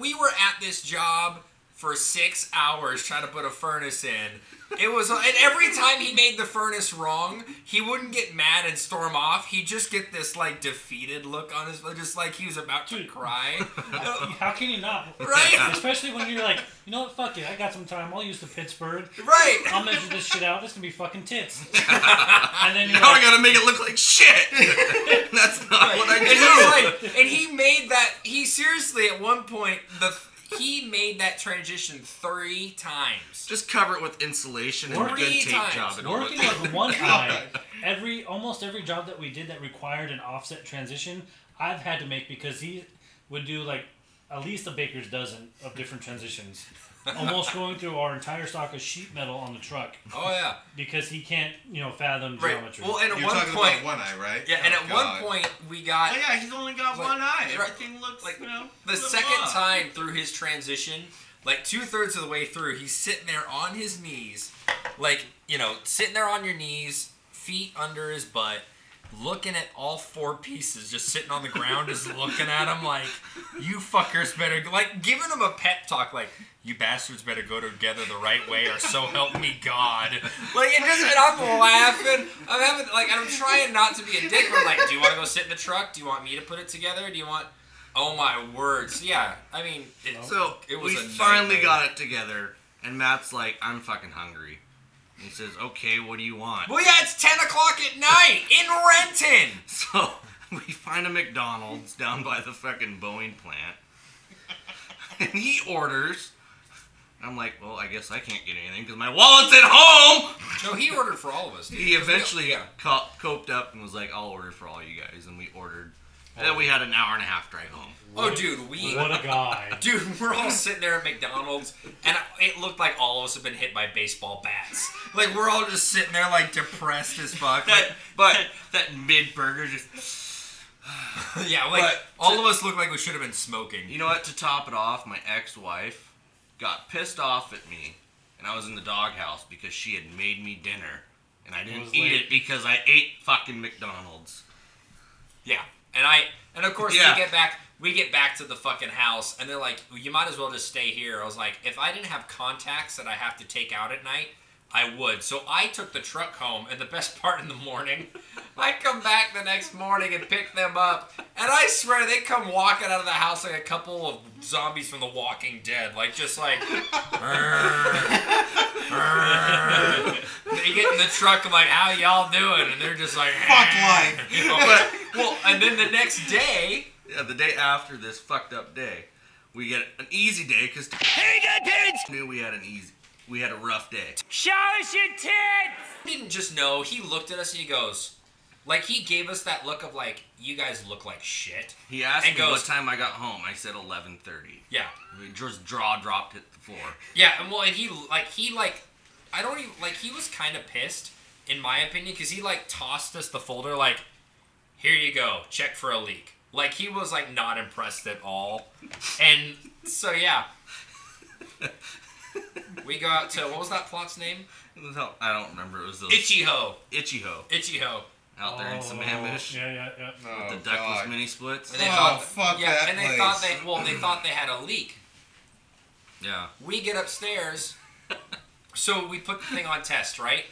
[SPEAKER 4] we were at this job for six hours trying to put a furnace in. It was, and every time he made the furnace wrong, he wouldn't get mad and storm off. He'd just get this like defeated look on his, just like he was about to cry.
[SPEAKER 1] How can you not?
[SPEAKER 4] right,
[SPEAKER 1] Especially when you're like, you know what? Fuck it. I got some time. I'll use the Pittsburgh.
[SPEAKER 4] right.
[SPEAKER 1] I'll measure this shit out. This can be fucking tits. And then you're
[SPEAKER 8] Now I
[SPEAKER 1] like,
[SPEAKER 8] gotta make it look like shit. That's not what I
[SPEAKER 4] And he was
[SPEAKER 8] do.
[SPEAKER 4] like- and he made that. He seriously at one point the he made that transition three times.
[SPEAKER 8] Just cover it with insulation and a
[SPEAKER 1] Three
[SPEAKER 8] good tape
[SPEAKER 4] times.
[SPEAKER 8] job. It'll look
[SPEAKER 1] working with one eye, every almost every job that we did that required an offset transition, I've had to make because he would do like at least a baker's dozen of different transitions. Almost going through our entire stock of sheet metal on the truck
[SPEAKER 4] Oh yeah.
[SPEAKER 1] because he can't, you know, fathom
[SPEAKER 4] Right.
[SPEAKER 1] geometry.
[SPEAKER 4] Well, and at
[SPEAKER 3] You're
[SPEAKER 4] one
[SPEAKER 3] talking
[SPEAKER 4] point,
[SPEAKER 3] about one eye, right?
[SPEAKER 4] yeah, and
[SPEAKER 3] Oh,
[SPEAKER 4] at
[SPEAKER 3] God.
[SPEAKER 4] one point we got
[SPEAKER 5] oh yeah, he's only got
[SPEAKER 4] Like,
[SPEAKER 5] one eye.
[SPEAKER 4] right.
[SPEAKER 5] Everything looks
[SPEAKER 4] Like,
[SPEAKER 5] like you know,
[SPEAKER 4] the
[SPEAKER 5] little
[SPEAKER 4] second
[SPEAKER 5] off.
[SPEAKER 4] time through his transition, like two thirds of the way through, he's sitting there on his knees, like you know, sitting there on your knees, feet under his butt, looking at all four pieces just sitting on the ground, just looking at them like, you fuckers better, go-" like giving them a pep talk, like, you bastards better go together the right way or so help me God. Like, and just, and I'm laughing. I'm having, like, and I'm trying not to be a dick, but I'm like, do you want to go sit in the truck? Do you want me to put it together? Do you want, oh my word. So, yeah, I mean, it,
[SPEAKER 8] So
[SPEAKER 4] It was
[SPEAKER 8] we
[SPEAKER 4] a
[SPEAKER 8] finally
[SPEAKER 4] nightmare.
[SPEAKER 8] got it together, and Matt's like, "I'm fucking hungry." And he says, "Okay, what do you want?"
[SPEAKER 4] well, yeah, it's 10 o'clock at night in Renton.
[SPEAKER 8] So we find a McDonald's down by the fucking Boeing plant, and he orders. I'm like, well, I guess I can't get anything because my wallet's at home.
[SPEAKER 4] No, he ordered for all of us. dude.
[SPEAKER 8] He eventually
[SPEAKER 4] Yeah.
[SPEAKER 8] co- coped up and was like, I'll order for all you guys, and we ordered. And then we had an hour and a half drive home.
[SPEAKER 4] Oh, dude, we.
[SPEAKER 1] What a guy.
[SPEAKER 4] Dude, we're all sitting there at McDonald's, and it looked like all of us have been hit by baseball bats. Like we're all just sitting there, like depressed as fuck. Like, but
[SPEAKER 8] that mid burger just
[SPEAKER 4] yeah, like
[SPEAKER 8] but
[SPEAKER 4] all of us look like we should have been smoking.
[SPEAKER 8] You know what? To top it off, my ex-wife got pissed off at me, and I was in the doghouse because she had made me dinner, and I didn't
[SPEAKER 1] was late.
[SPEAKER 8] eat it because I ate fucking McDonald's.
[SPEAKER 4] Yeah, and I and of course
[SPEAKER 8] Yeah.
[SPEAKER 4] we get back we get back to the fucking house, and they're like, "You might as well just stay here." I was like, "If I didn't have contacts that I have to take out at night." I would. So I took the truck home, and the best part in the morning, I come back the next morning and pick them up. And I swear they come walking out of the house like a couple of zombies from The Walking Dead. Like, just like. they get in the truck, I'm like, how y'all doing? And they're just like.
[SPEAKER 3] Fuck life.
[SPEAKER 4] You know, but- well, and then the next day,
[SPEAKER 8] Yeah, the day after this fucked up day, we get an easy day because knew we had an easy, we had a rough day.
[SPEAKER 4] he didn't just know. He looked at us and he goes, like he gave us that look of like, you guys look like shit.
[SPEAKER 8] He asked
[SPEAKER 4] And
[SPEAKER 8] me
[SPEAKER 4] goes-
[SPEAKER 8] what time I got home. I said 11:30.
[SPEAKER 4] Yeah,
[SPEAKER 8] We just jaw dropped hit the floor.
[SPEAKER 4] yeah. And well, and he like he like, I don't even like he was kind of pissed in my opinion because he like tossed us the folder like, here you go, check for a leak. Like he was like not impressed at all, and so yeah. We go out to what was that plot's name?
[SPEAKER 8] It was out- I don't remember. It was those
[SPEAKER 4] Ichiho.
[SPEAKER 8] Ichiho
[SPEAKER 4] Ichiho.
[SPEAKER 8] out there in
[SPEAKER 5] Oh.
[SPEAKER 8] some Hamish.
[SPEAKER 1] Yeah, yeah, yeah.
[SPEAKER 3] Oh,
[SPEAKER 8] The duckless
[SPEAKER 3] God.
[SPEAKER 8] mini splits.
[SPEAKER 4] And they
[SPEAKER 3] Oh,
[SPEAKER 4] thought,
[SPEAKER 3] fuck
[SPEAKER 4] yeah,
[SPEAKER 3] that
[SPEAKER 4] and they thought
[SPEAKER 3] place.
[SPEAKER 4] they well, they thought they had a leak.
[SPEAKER 8] Yeah.
[SPEAKER 4] We get upstairs, so we put the thing on test, right?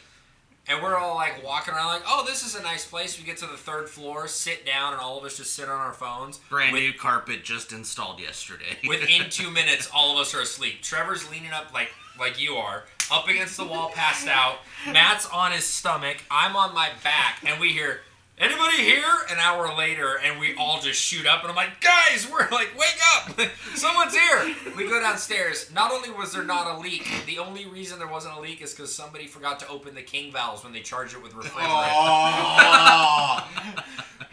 [SPEAKER 4] And we're all like walking around, like, "Oh, this is a nice place." We get to the third floor, sit down, and all of us just sit on our phones.
[SPEAKER 8] Brand
[SPEAKER 4] With-
[SPEAKER 8] new carpet just installed yesterday.
[SPEAKER 4] Within two minutes, all of us are asleep. Trevor's leaning up like like you are, up against the wall, passed out. Matt's on his stomach. I'm on my back, and we hear anybody here? An hour later, and we all just shoot up, and I'm like, guys, we're like, wake up! Someone's here. We go downstairs. Not only was there not a leak, the only reason there wasn't a leak is because somebody forgot to open the king valves when they charge it with refrigerant.
[SPEAKER 3] Oh,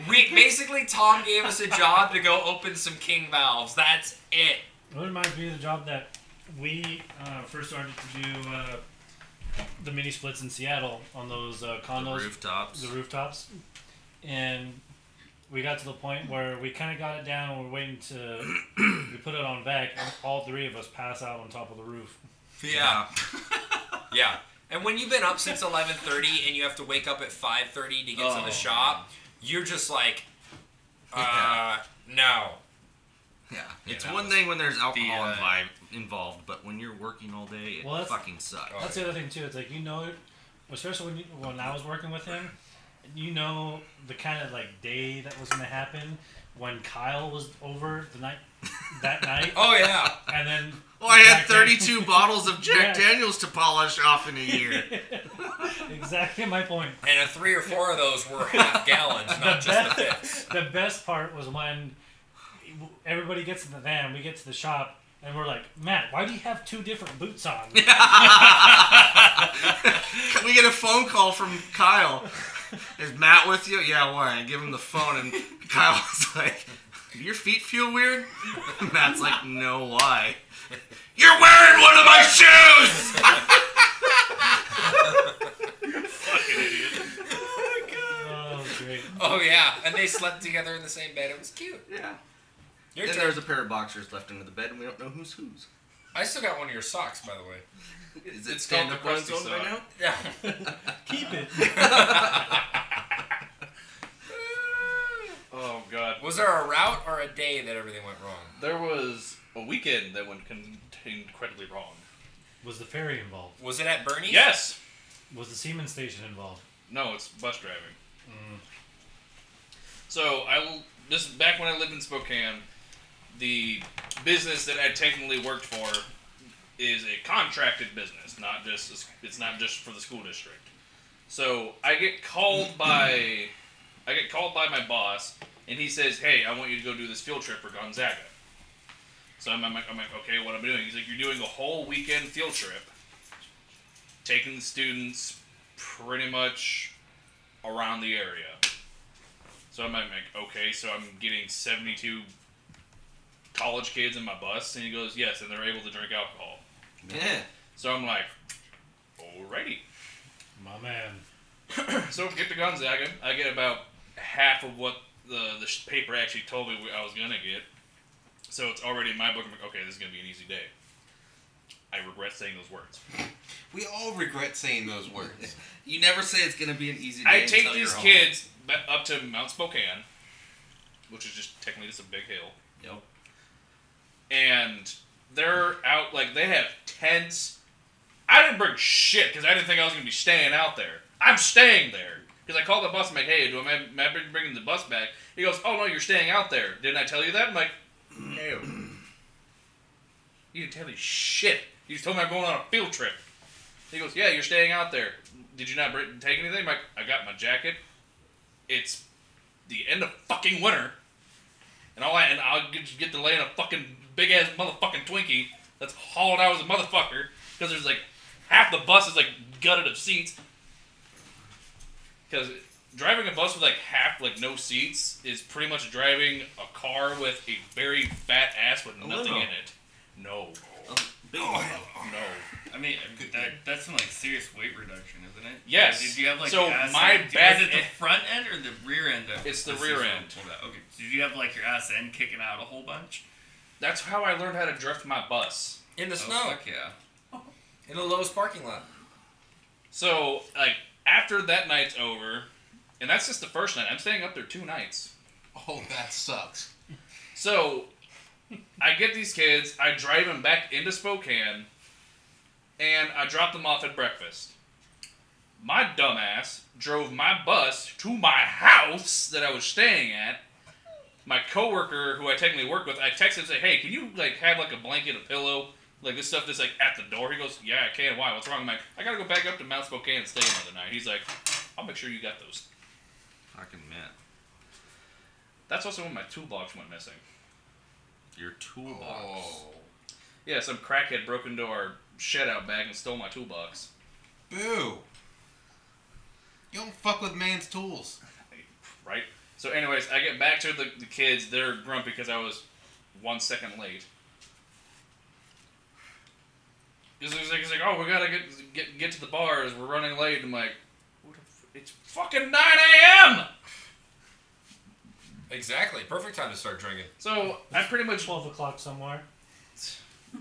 [SPEAKER 4] We basically Tom gave us a job to go open some king valves. That's it.
[SPEAKER 1] It reminds me of the job that we uh, first started to do uh, the mini splits in Seattle on those uh,
[SPEAKER 8] the
[SPEAKER 1] condos,
[SPEAKER 8] rooftops.
[SPEAKER 1] the rooftops, and we got to the point where we kind of got it down. We're waiting to we put it on back, and all three of us pass out on top of the roof.
[SPEAKER 4] Yeah. yeah. And when you've been up since 11:30 and you have to wake up at 5:30 to get to
[SPEAKER 8] Oh.
[SPEAKER 4] the shop, you're just like uh
[SPEAKER 8] Yeah.
[SPEAKER 4] no.
[SPEAKER 8] yeah. It's
[SPEAKER 4] that
[SPEAKER 8] one
[SPEAKER 4] was
[SPEAKER 8] thing when there's alcohol
[SPEAKER 2] the, uh,
[SPEAKER 8] invi- involved, but when you're working all day, it
[SPEAKER 1] Well, that's-
[SPEAKER 8] fucking sucks.
[SPEAKER 4] Oh,
[SPEAKER 1] That's the other thing too. It's like you know, especially when you, when I was working with him, you know the kind of like day that was gonna happen when Kyle was over the night that night,
[SPEAKER 4] Oh yeah.
[SPEAKER 1] and then
[SPEAKER 8] Well, I had
[SPEAKER 1] Jack Daniels-
[SPEAKER 8] 32 bottles of Jack
[SPEAKER 1] Yeah.
[SPEAKER 8] Daniels to polish off in a year.
[SPEAKER 1] exactly my point.
[SPEAKER 4] And a 3 or 4 of those were half gallons, not just a fifth.
[SPEAKER 1] The best part was when everybody gets in the van, we get to the shop, and we're like, Matt, why do you have two different boots on?
[SPEAKER 8] we get a phone call from Kyle. Is Matt with you? Yeah, why? I give him the phone, and Kyle's like, "Do "Your feet feel weird." Matt's like, "No, why?" You're wearing one of my shoes.
[SPEAKER 1] oh, great.
[SPEAKER 4] Oh yeah. And they slept together in the same bed. It was cute.
[SPEAKER 8] Yeah.
[SPEAKER 4] Your
[SPEAKER 8] then
[SPEAKER 4] turn.
[SPEAKER 8] there's a pair of boxers left under the bed, and we don't know who's whose.
[SPEAKER 4] I still got one of your socks by the way.
[SPEAKER 8] Is it
[SPEAKER 2] It's
[SPEAKER 8] stand
[SPEAKER 2] called
[SPEAKER 8] up
[SPEAKER 2] the
[SPEAKER 8] on
[SPEAKER 2] crusty
[SPEAKER 8] its own by
[SPEAKER 2] sock.
[SPEAKER 8] now?
[SPEAKER 4] Yeah.
[SPEAKER 1] Keep it.
[SPEAKER 4] Was there a route or a day that everything went wrong?
[SPEAKER 2] Oh, There was a weekend that went con- incredibly wrong.
[SPEAKER 1] Was the ferry involved?
[SPEAKER 4] Was it at Bernie's?
[SPEAKER 2] Yes.
[SPEAKER 1] Was the Siemens station involved?
[SPEAKER 2] No, it's bus driving. So I will. This is back when I lived in Spokane. The business that I technically worked for is a contracted business, not just it's not just for the school district. So I get called by I get called by my boss, and he says, "Hey, I want you to go do this field trip for Gonzaga." So I'm, I'm like, I'm like, okay, what am I doing? He's like, you're doing a whole weekend field trip, taking the students pretty much around the area. So I'm like, okay, so I'm getting 72 college kids in my bus, and he goes, yes, and they're able to drink alcohol.
[SPEAKER 8] Yeah.
[SPEAKER 2] So I'm like, alrighty.
[SPEAKER 1] My man.
[SPEAKER 2] So get to Gonzaga. I get about half of what the the sh- paper actually told me I was gonna get. So it's already in my book. I'm like, okay, this is gonna be an easy day. I regret saying those words.
[SPEAKER 3] We all regret saying those words.
[SPEAKER 8] You never say it's gonna be an easy day.
[SPEAKER 2] I take
[SPEAKER 8] until
[SPEAKER 2] these
[SPEAKER 8] you're home.
[SPEAKER 2] kids ba- up to Mount Spokane, which is just technically just a big hill,
[SPEAKER 8] Yep.
[SPEAKER 2] and they're out like they have tents. I didn't bring shit because I didn't think I was gonna be staying out there. I'm staying there because I called the bus. I'm like, hey, do I, am I bringing the bus back? He goes, oh no, you're staying out there. Didn't I tell you that? I'm like, no. You didn't tell me shit. You just told me I'm going on a field trip. He goes, yeah, you're staying out there. Did you not bring, take anything? I'm like, I got my jacket. It's the end of fucking winter, and all I and I'll get, just get to lay in a fucking big ass motherfucking Twinkie that's hauled out as a motherfucker because there's like half the bus is like gutted of seats. Because driving a bus with like half like no seats is pretty much driving a car with a very fat ass with nothing
[SPEAKER 8] limo.
[SPEAKER 2] in it. No,
[SPEAKER 8] Big
[SPEAKER 2] no.
[SPEAKER 5] I mean, that, that's some like serious weight reduction, isn't it?
[SPEAKER 2] Yes.
[SPEAKER 5] Did you have like
[SPEAKER 2] So
[SPEAKER 5] your ass
[SPEAKER 2] my
[SPEAKER 5] end-
[SPEAKER 2] back
[SPEAKER 5] Is it the
[SPEAKER 2] end-
[SPEAKER 5] front end or the rear end? Of
[SPEAKER 2] It's the
[SPEAKER 5] this
[SPEAKER 2] rear
[SPEAKER 5] is-
[SPEAKER 2] end.
[SPEAKER 5] hold on, Okay. Did you have like your ass end kicking out a whole bunch?
[SPEAKER 2] That's how I learned how to drift my bus.
[SPEAKER 4] In the
[SPEAKER 5] Oh,
[SPEAKER 4] snow.
[SPEAKER 5] fuck yeah.
[SPEAKER 4] In the lowest parking lot.
[SPEAKER 2] So, like, after that night's over, and that's just the first night, I'm staying up there two nights.
[SPEAKER 3] Oh, that sucks.
[SPEAKER 2] So, I get these kids, I drive them back into Spokane, and I drop them off at breakfast. My dumbass drove my bus to my house that I was staying at. My coworker, who I technically work with, I texted and say, "Hey, can you like have like a blanket, a pillow, like this stuff that's like at the door?" He goes, "Yeah, I can. Why? What's wrong?" I'm like, "I gotta go back up to Mount Spokane and stay another night." He's like, "I'll make sure you got those."
[SPEAKER 8] Fucking man.
[SPEAKER 2] That's also when my toolbox went missing.
[SPEAKER 8] Your toolbox.
[SPEAKER 3] Oh.
[SPEAKER 2] Yeah, some crackhead broke into our shed out back and stole my toolbox.
[SPEAKER 3] Boo. You don't fuck with man's tools.
[SPEAKER 2] Right? So, anyways, I get back to the, the kids. They're grumpy because I was one second late. He's like, he's like, oh, we gotta get, get get to the bars. We're running late. I'm like, what the f- it's fucking 9 a.m.
[SPEAKER 4] Exactly. Perfect time to start drinking.
[SPEAKER 2] So I pretty much
[SPEAKER 1] 12 o'clock somewhere.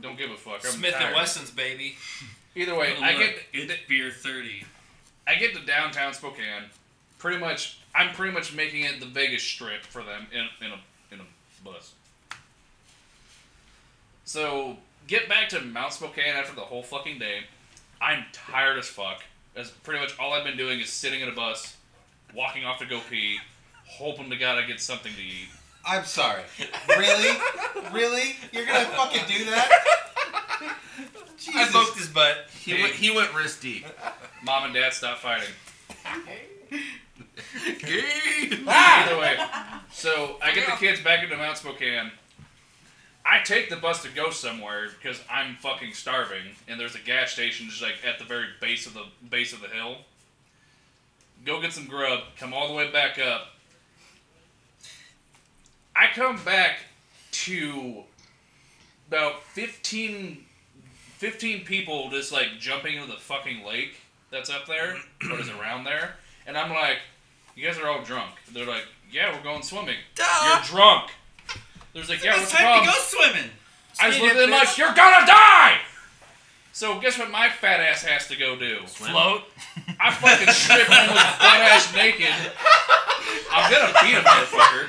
[SPEAKER 2] don't give a fuck. I'm
[SPEAKER 4] Smith
[SPEAKER 2] tired.
[SPEAKER 4] and Wesson's baby.
[SPEAKER 2] Either way,
[SPEAKER 5] But
[SPEAKER 2] I
[SPEAKER 5] Oh, look,
[SPEAKER 2] get
[SPEAKER 5] it's beer thirty.
[SPEAKER 2] I get to downtown Spokane. Pretty much, I'm pretty much making it the Vegas Strip for them in, in a in a bus. So get back to Mount Spokane after the whole fucking day. I'm tired as fuck. That's pretty much all I've been doing is sitting in a bus, walking off to go pee, hoping to God I get something to eat.
[SPEAKER 3] I'm sorry. Really? really? You're gonna fucking do that?
[SPEAKER 4] I poked his butt.
[SPEAKER 8] He went, he went wrist deep.
[SPEAKER 2] Mom and Dad stop fighting.
[SPEAKER 4] Ah!
[SPEAKER 2] Either way, so I get the kids back into Mount Spokane. I take the bus to go somewhere because I'm fucking starving, and there's a gas station just like at the very base of the base of the hill. Go get some grub. Come all the way back up. I come back to about 15, 15 people just like jumping into the fucking lake that's up there or is around there, and I'm like, you guys are all drunk. They're like, yeah, we're going swimming. You're drunk. There's like, yeah,
[SPEAKER 5] it's
[SPEAKER 2] what's the
[SPEAKER 5] time to
[SPEAKER 2] problem?
[SPEAKER 5] go swimming.
[SPEAKER 2] I just looked at them like, you're gonna die! So guess what my fat ass has to go do?
[SPEAKER 5] Float.
[SPEAKER 2] I fucking strip him with butt ass naked. I'm gonna beat a motherfucker.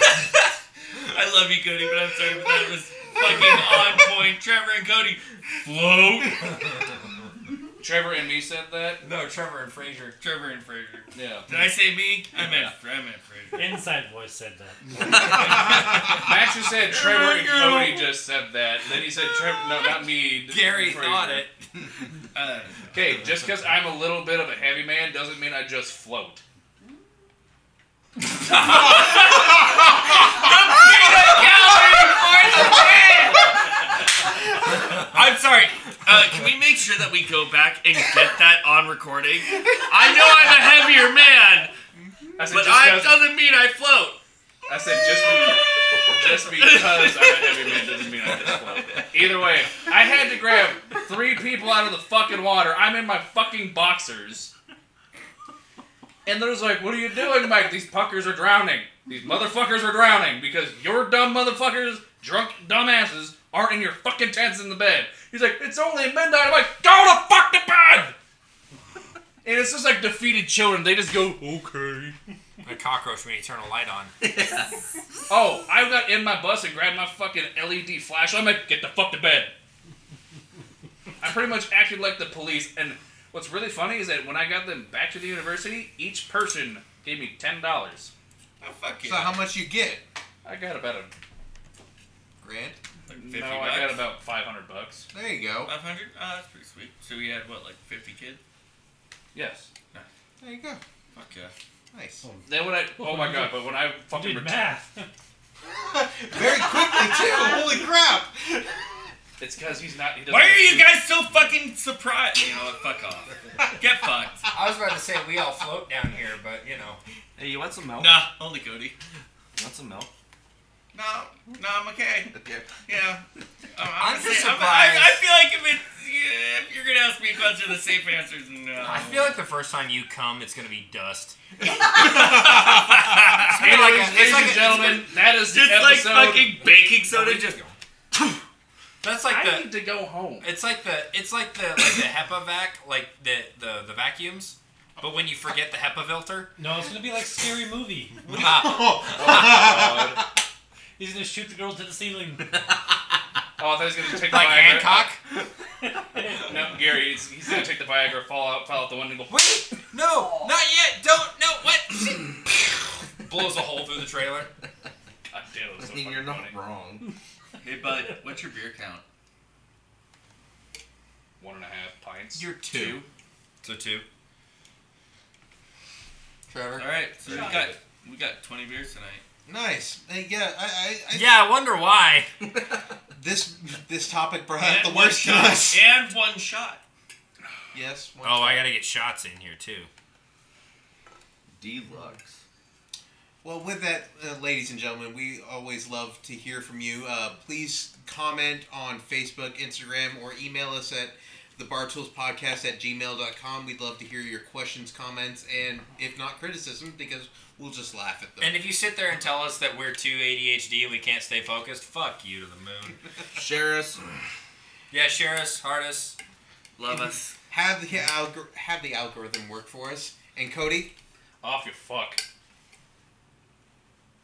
[SPEAKER 5] I love you, Cody, but I'm sorry, but that was fucking on point. Trevor and Cody float.
[SPEAKER 2] Trevor and me said that.
[SPEAKER 4] No, Trevor and Frazier.
[SPEAKER 5] Trevor and Frazier.
[SPEAKER 2] Yeah.
[SPEAKER 5] Did I say me? I meant I meant Frazier.
[SPEAKER 1] Inside voice said that.
[SPEAKER 2] Max just said Trevor and Cody just said that. Then he said Trevor. No, not me.
[SPEAKER 4] Gary thought it.
[SPEAKER 5] Uh,
[SPEAKER 2] Okay, just because I'm a little bit of a heavy man doesn't mean I just float.
[SPEAKER 5] I'm sorry. Uh, can we make sure that we go back and get that on recording? I know I'm a heavier man,
[SPEAKER 2] I said
[SPEAKER 5] but I
[SPEAKER 2] just 'cause-
[SPEAKER 5] doesn't mean I float.
[SPEAKER 2] I said just be- just because I'm a heavy man doesn't mean I just float. Either way, I had to grab three people out of the fucking water. I'm in my fucking boxers. And there's like, what are you doing, Mike? These puckers are drowning. These motherfuckers are drowning because your dumb motherfuckers, drunk dumbasses, aren't in your fucking tents in the bed. He's like, it's only midnight. I'm like, go to fucking bed! And it's just like defeated children. They just go, okay.
[SPEAKER 4] The cockroach when you turn a light on.
[SPEAKER 2] Oh, I got in my bus and grabbed my fucking LED flashlight. I'm like, get the fuck to bed. I pretty much acted like the police. And what's really funny is that when I got them back to the university, each person gave me ten dollars.
[SPEAKER 5] Oh fuck
[SPEAKER 3] So how much you get,
[SPEAKER 2] I got about a
[SPEAKER 3] Grant?
[SPEAKER 2] no, I got about five hundred bucks.
[SPEAKER 3] There you go.
[SPEAKER 4] Uh,
[SPEAKER 5] Five hundred? Oh, that's pretty sweet. So we had what, like fifty kids?
[SPEAKER 2] Yes.
[SPEAKER 3] There you go.
[SPEAKER 5] Fuck yeah.
[SPEAKER 3] Nice.
[SPEAKER 2] Then when I oh my god, but when I fucking
[SPEAKER 1] You did
[SPEAKER 2] ret-
[SPEAKER 1] math.
[SPEAKER 3] Very quickly too. Holy crap!
[SPEAKER 2] it's because he's not. He doesn't
[SPEAKER 5] Why are you
[SPEAKER 2] sleep.
[SPEAKER 5] guys so fucking surprised? You know what? Fuck off. Get fucked.
[SPEAKER 4] I was about to say we all float down here, but you know.
[SPEAKER 6] Hey, you want some milk?
[SPEAKER 5] Nah, only Cody.
[SPEAKER 6] You want some milk?
[SPEAKER 5] No, no, I'm okay.
[SPEAKER 6] Okay.
[SPEAKER 5] Yeah. I'm,
[SPEAKER 4] I'm just
[SPEAKER 5] I'm-
[SPEAKER 4] surprised.
[SPEAKER 5] I, I feel like if, it's, yeah, if you're gonna ask me a question, the safe answer is no.
[SPEAKER 4] I feel like the first time you come, it's gonna be dust.
[SPEAKER 2] Hey,
[SPEAKER 4] It's like a-
[SPEAKER 2] ladies,
[SPEAKER 4] it's
[SPEAKER 2] ladies
[SPEAKER 4] like
[SPEAKER 2] and
[SPEAKER 4] a-
[SPEAKER 2] gentlemen, that is
[SPEAKER 5] just like
[SPEAKER 2] episode.
[SPEAKER 5] fucking baking soda. Just
[SPEAKER 4] That's like
[SPEAKER 2] I
[SPEAKER 4] the.
[SPEAKER 2] need to go home.
[SPEAKER 4] It's like the. It's like the like the HEPA vac, like the the the vacuums. But when you forget the HEPA filter,
[SPEAKER 1] No, it's gonna be like scary movie.
[SPEAKER 4] ah,
[SPEAKER 2] Oh, God.
[SPEAKER 1] He's gonna shoot the girl to the ceiling.
[SPEAKER 2] Oh, I thought he was gonna take
[SPEAKER 4] like
[SPEAKER 2] my anger.
[SPEAKER 4] Hancock.
[SPEAKER 2] No, Gary, he's, he's gonna take the Viagra, fall out, fall out the window, and go.
[SPEAKER 4] Wait, no, not yet. Don't no what. Blows a hole through the trailer.
[SPEAKER 2] God damn, it was so
[SPEAKER 8] I mean,
[SPEAKER 2] fucking
[SPEAKER 8] you're not
[SPEAKER 2] funny.
[SPEAKER 8] wrong.
[SPEAKER 5] hey bud, what's your beer count?
[SPEAKER 2] One and a half pints.
[SPEAKER 5] You're two.
[SPEAKER 4] So two.
[SPEAKER 5] All
[SPEAKER 3] Trevor.
[SPEAKER 5] right, so we got we got twenty beers tonight.
[SPEAKER 3] Nice. Uh, yeah. I. I, I
[SPEAKER 4] Yeah, I wonder why.
[SPEAKER 3] This this topic brought
[SPEAKER 5] And
[SPEAKER 3] out the
[SPEAKER 5] one
[SPEAKER 3] worst in
[SPEAKER 5] shot.
[SPEAKER 3] us.
[SPEAKER 5] And one shot.
[SPEAKER 3] Yes. one
[SPEAKER 4] Oh, I
[SPEAKER 3] shot.
[SPEAKER 4] gotta get shots in here too.
[SPEAKER 8] Deluxe.
[SPEAKER 3] Well, with that, uh, ladies and gentlemen, we always love to hear from you. Uh, please comment on Facebook, Instagram, or email us at thebartoolspodcast at gmail.com. We'd love to hear your questions, comments, and if not, criticism, because we'll just laugh at them.
[SPEAKER 4] And if you sit there and tell us that we're too ADHD and we can't stay focused, fuck you to the moon.
[SPEAKER 8] Share us.
[SPEAKER 4] Yeah, share us, heart us.
[SPEAKER 5] Love us.
[SPEAKER 3] have, the algor- have the algorithm work for us. And Cody,
[SPEAKER 2] Off your fuck.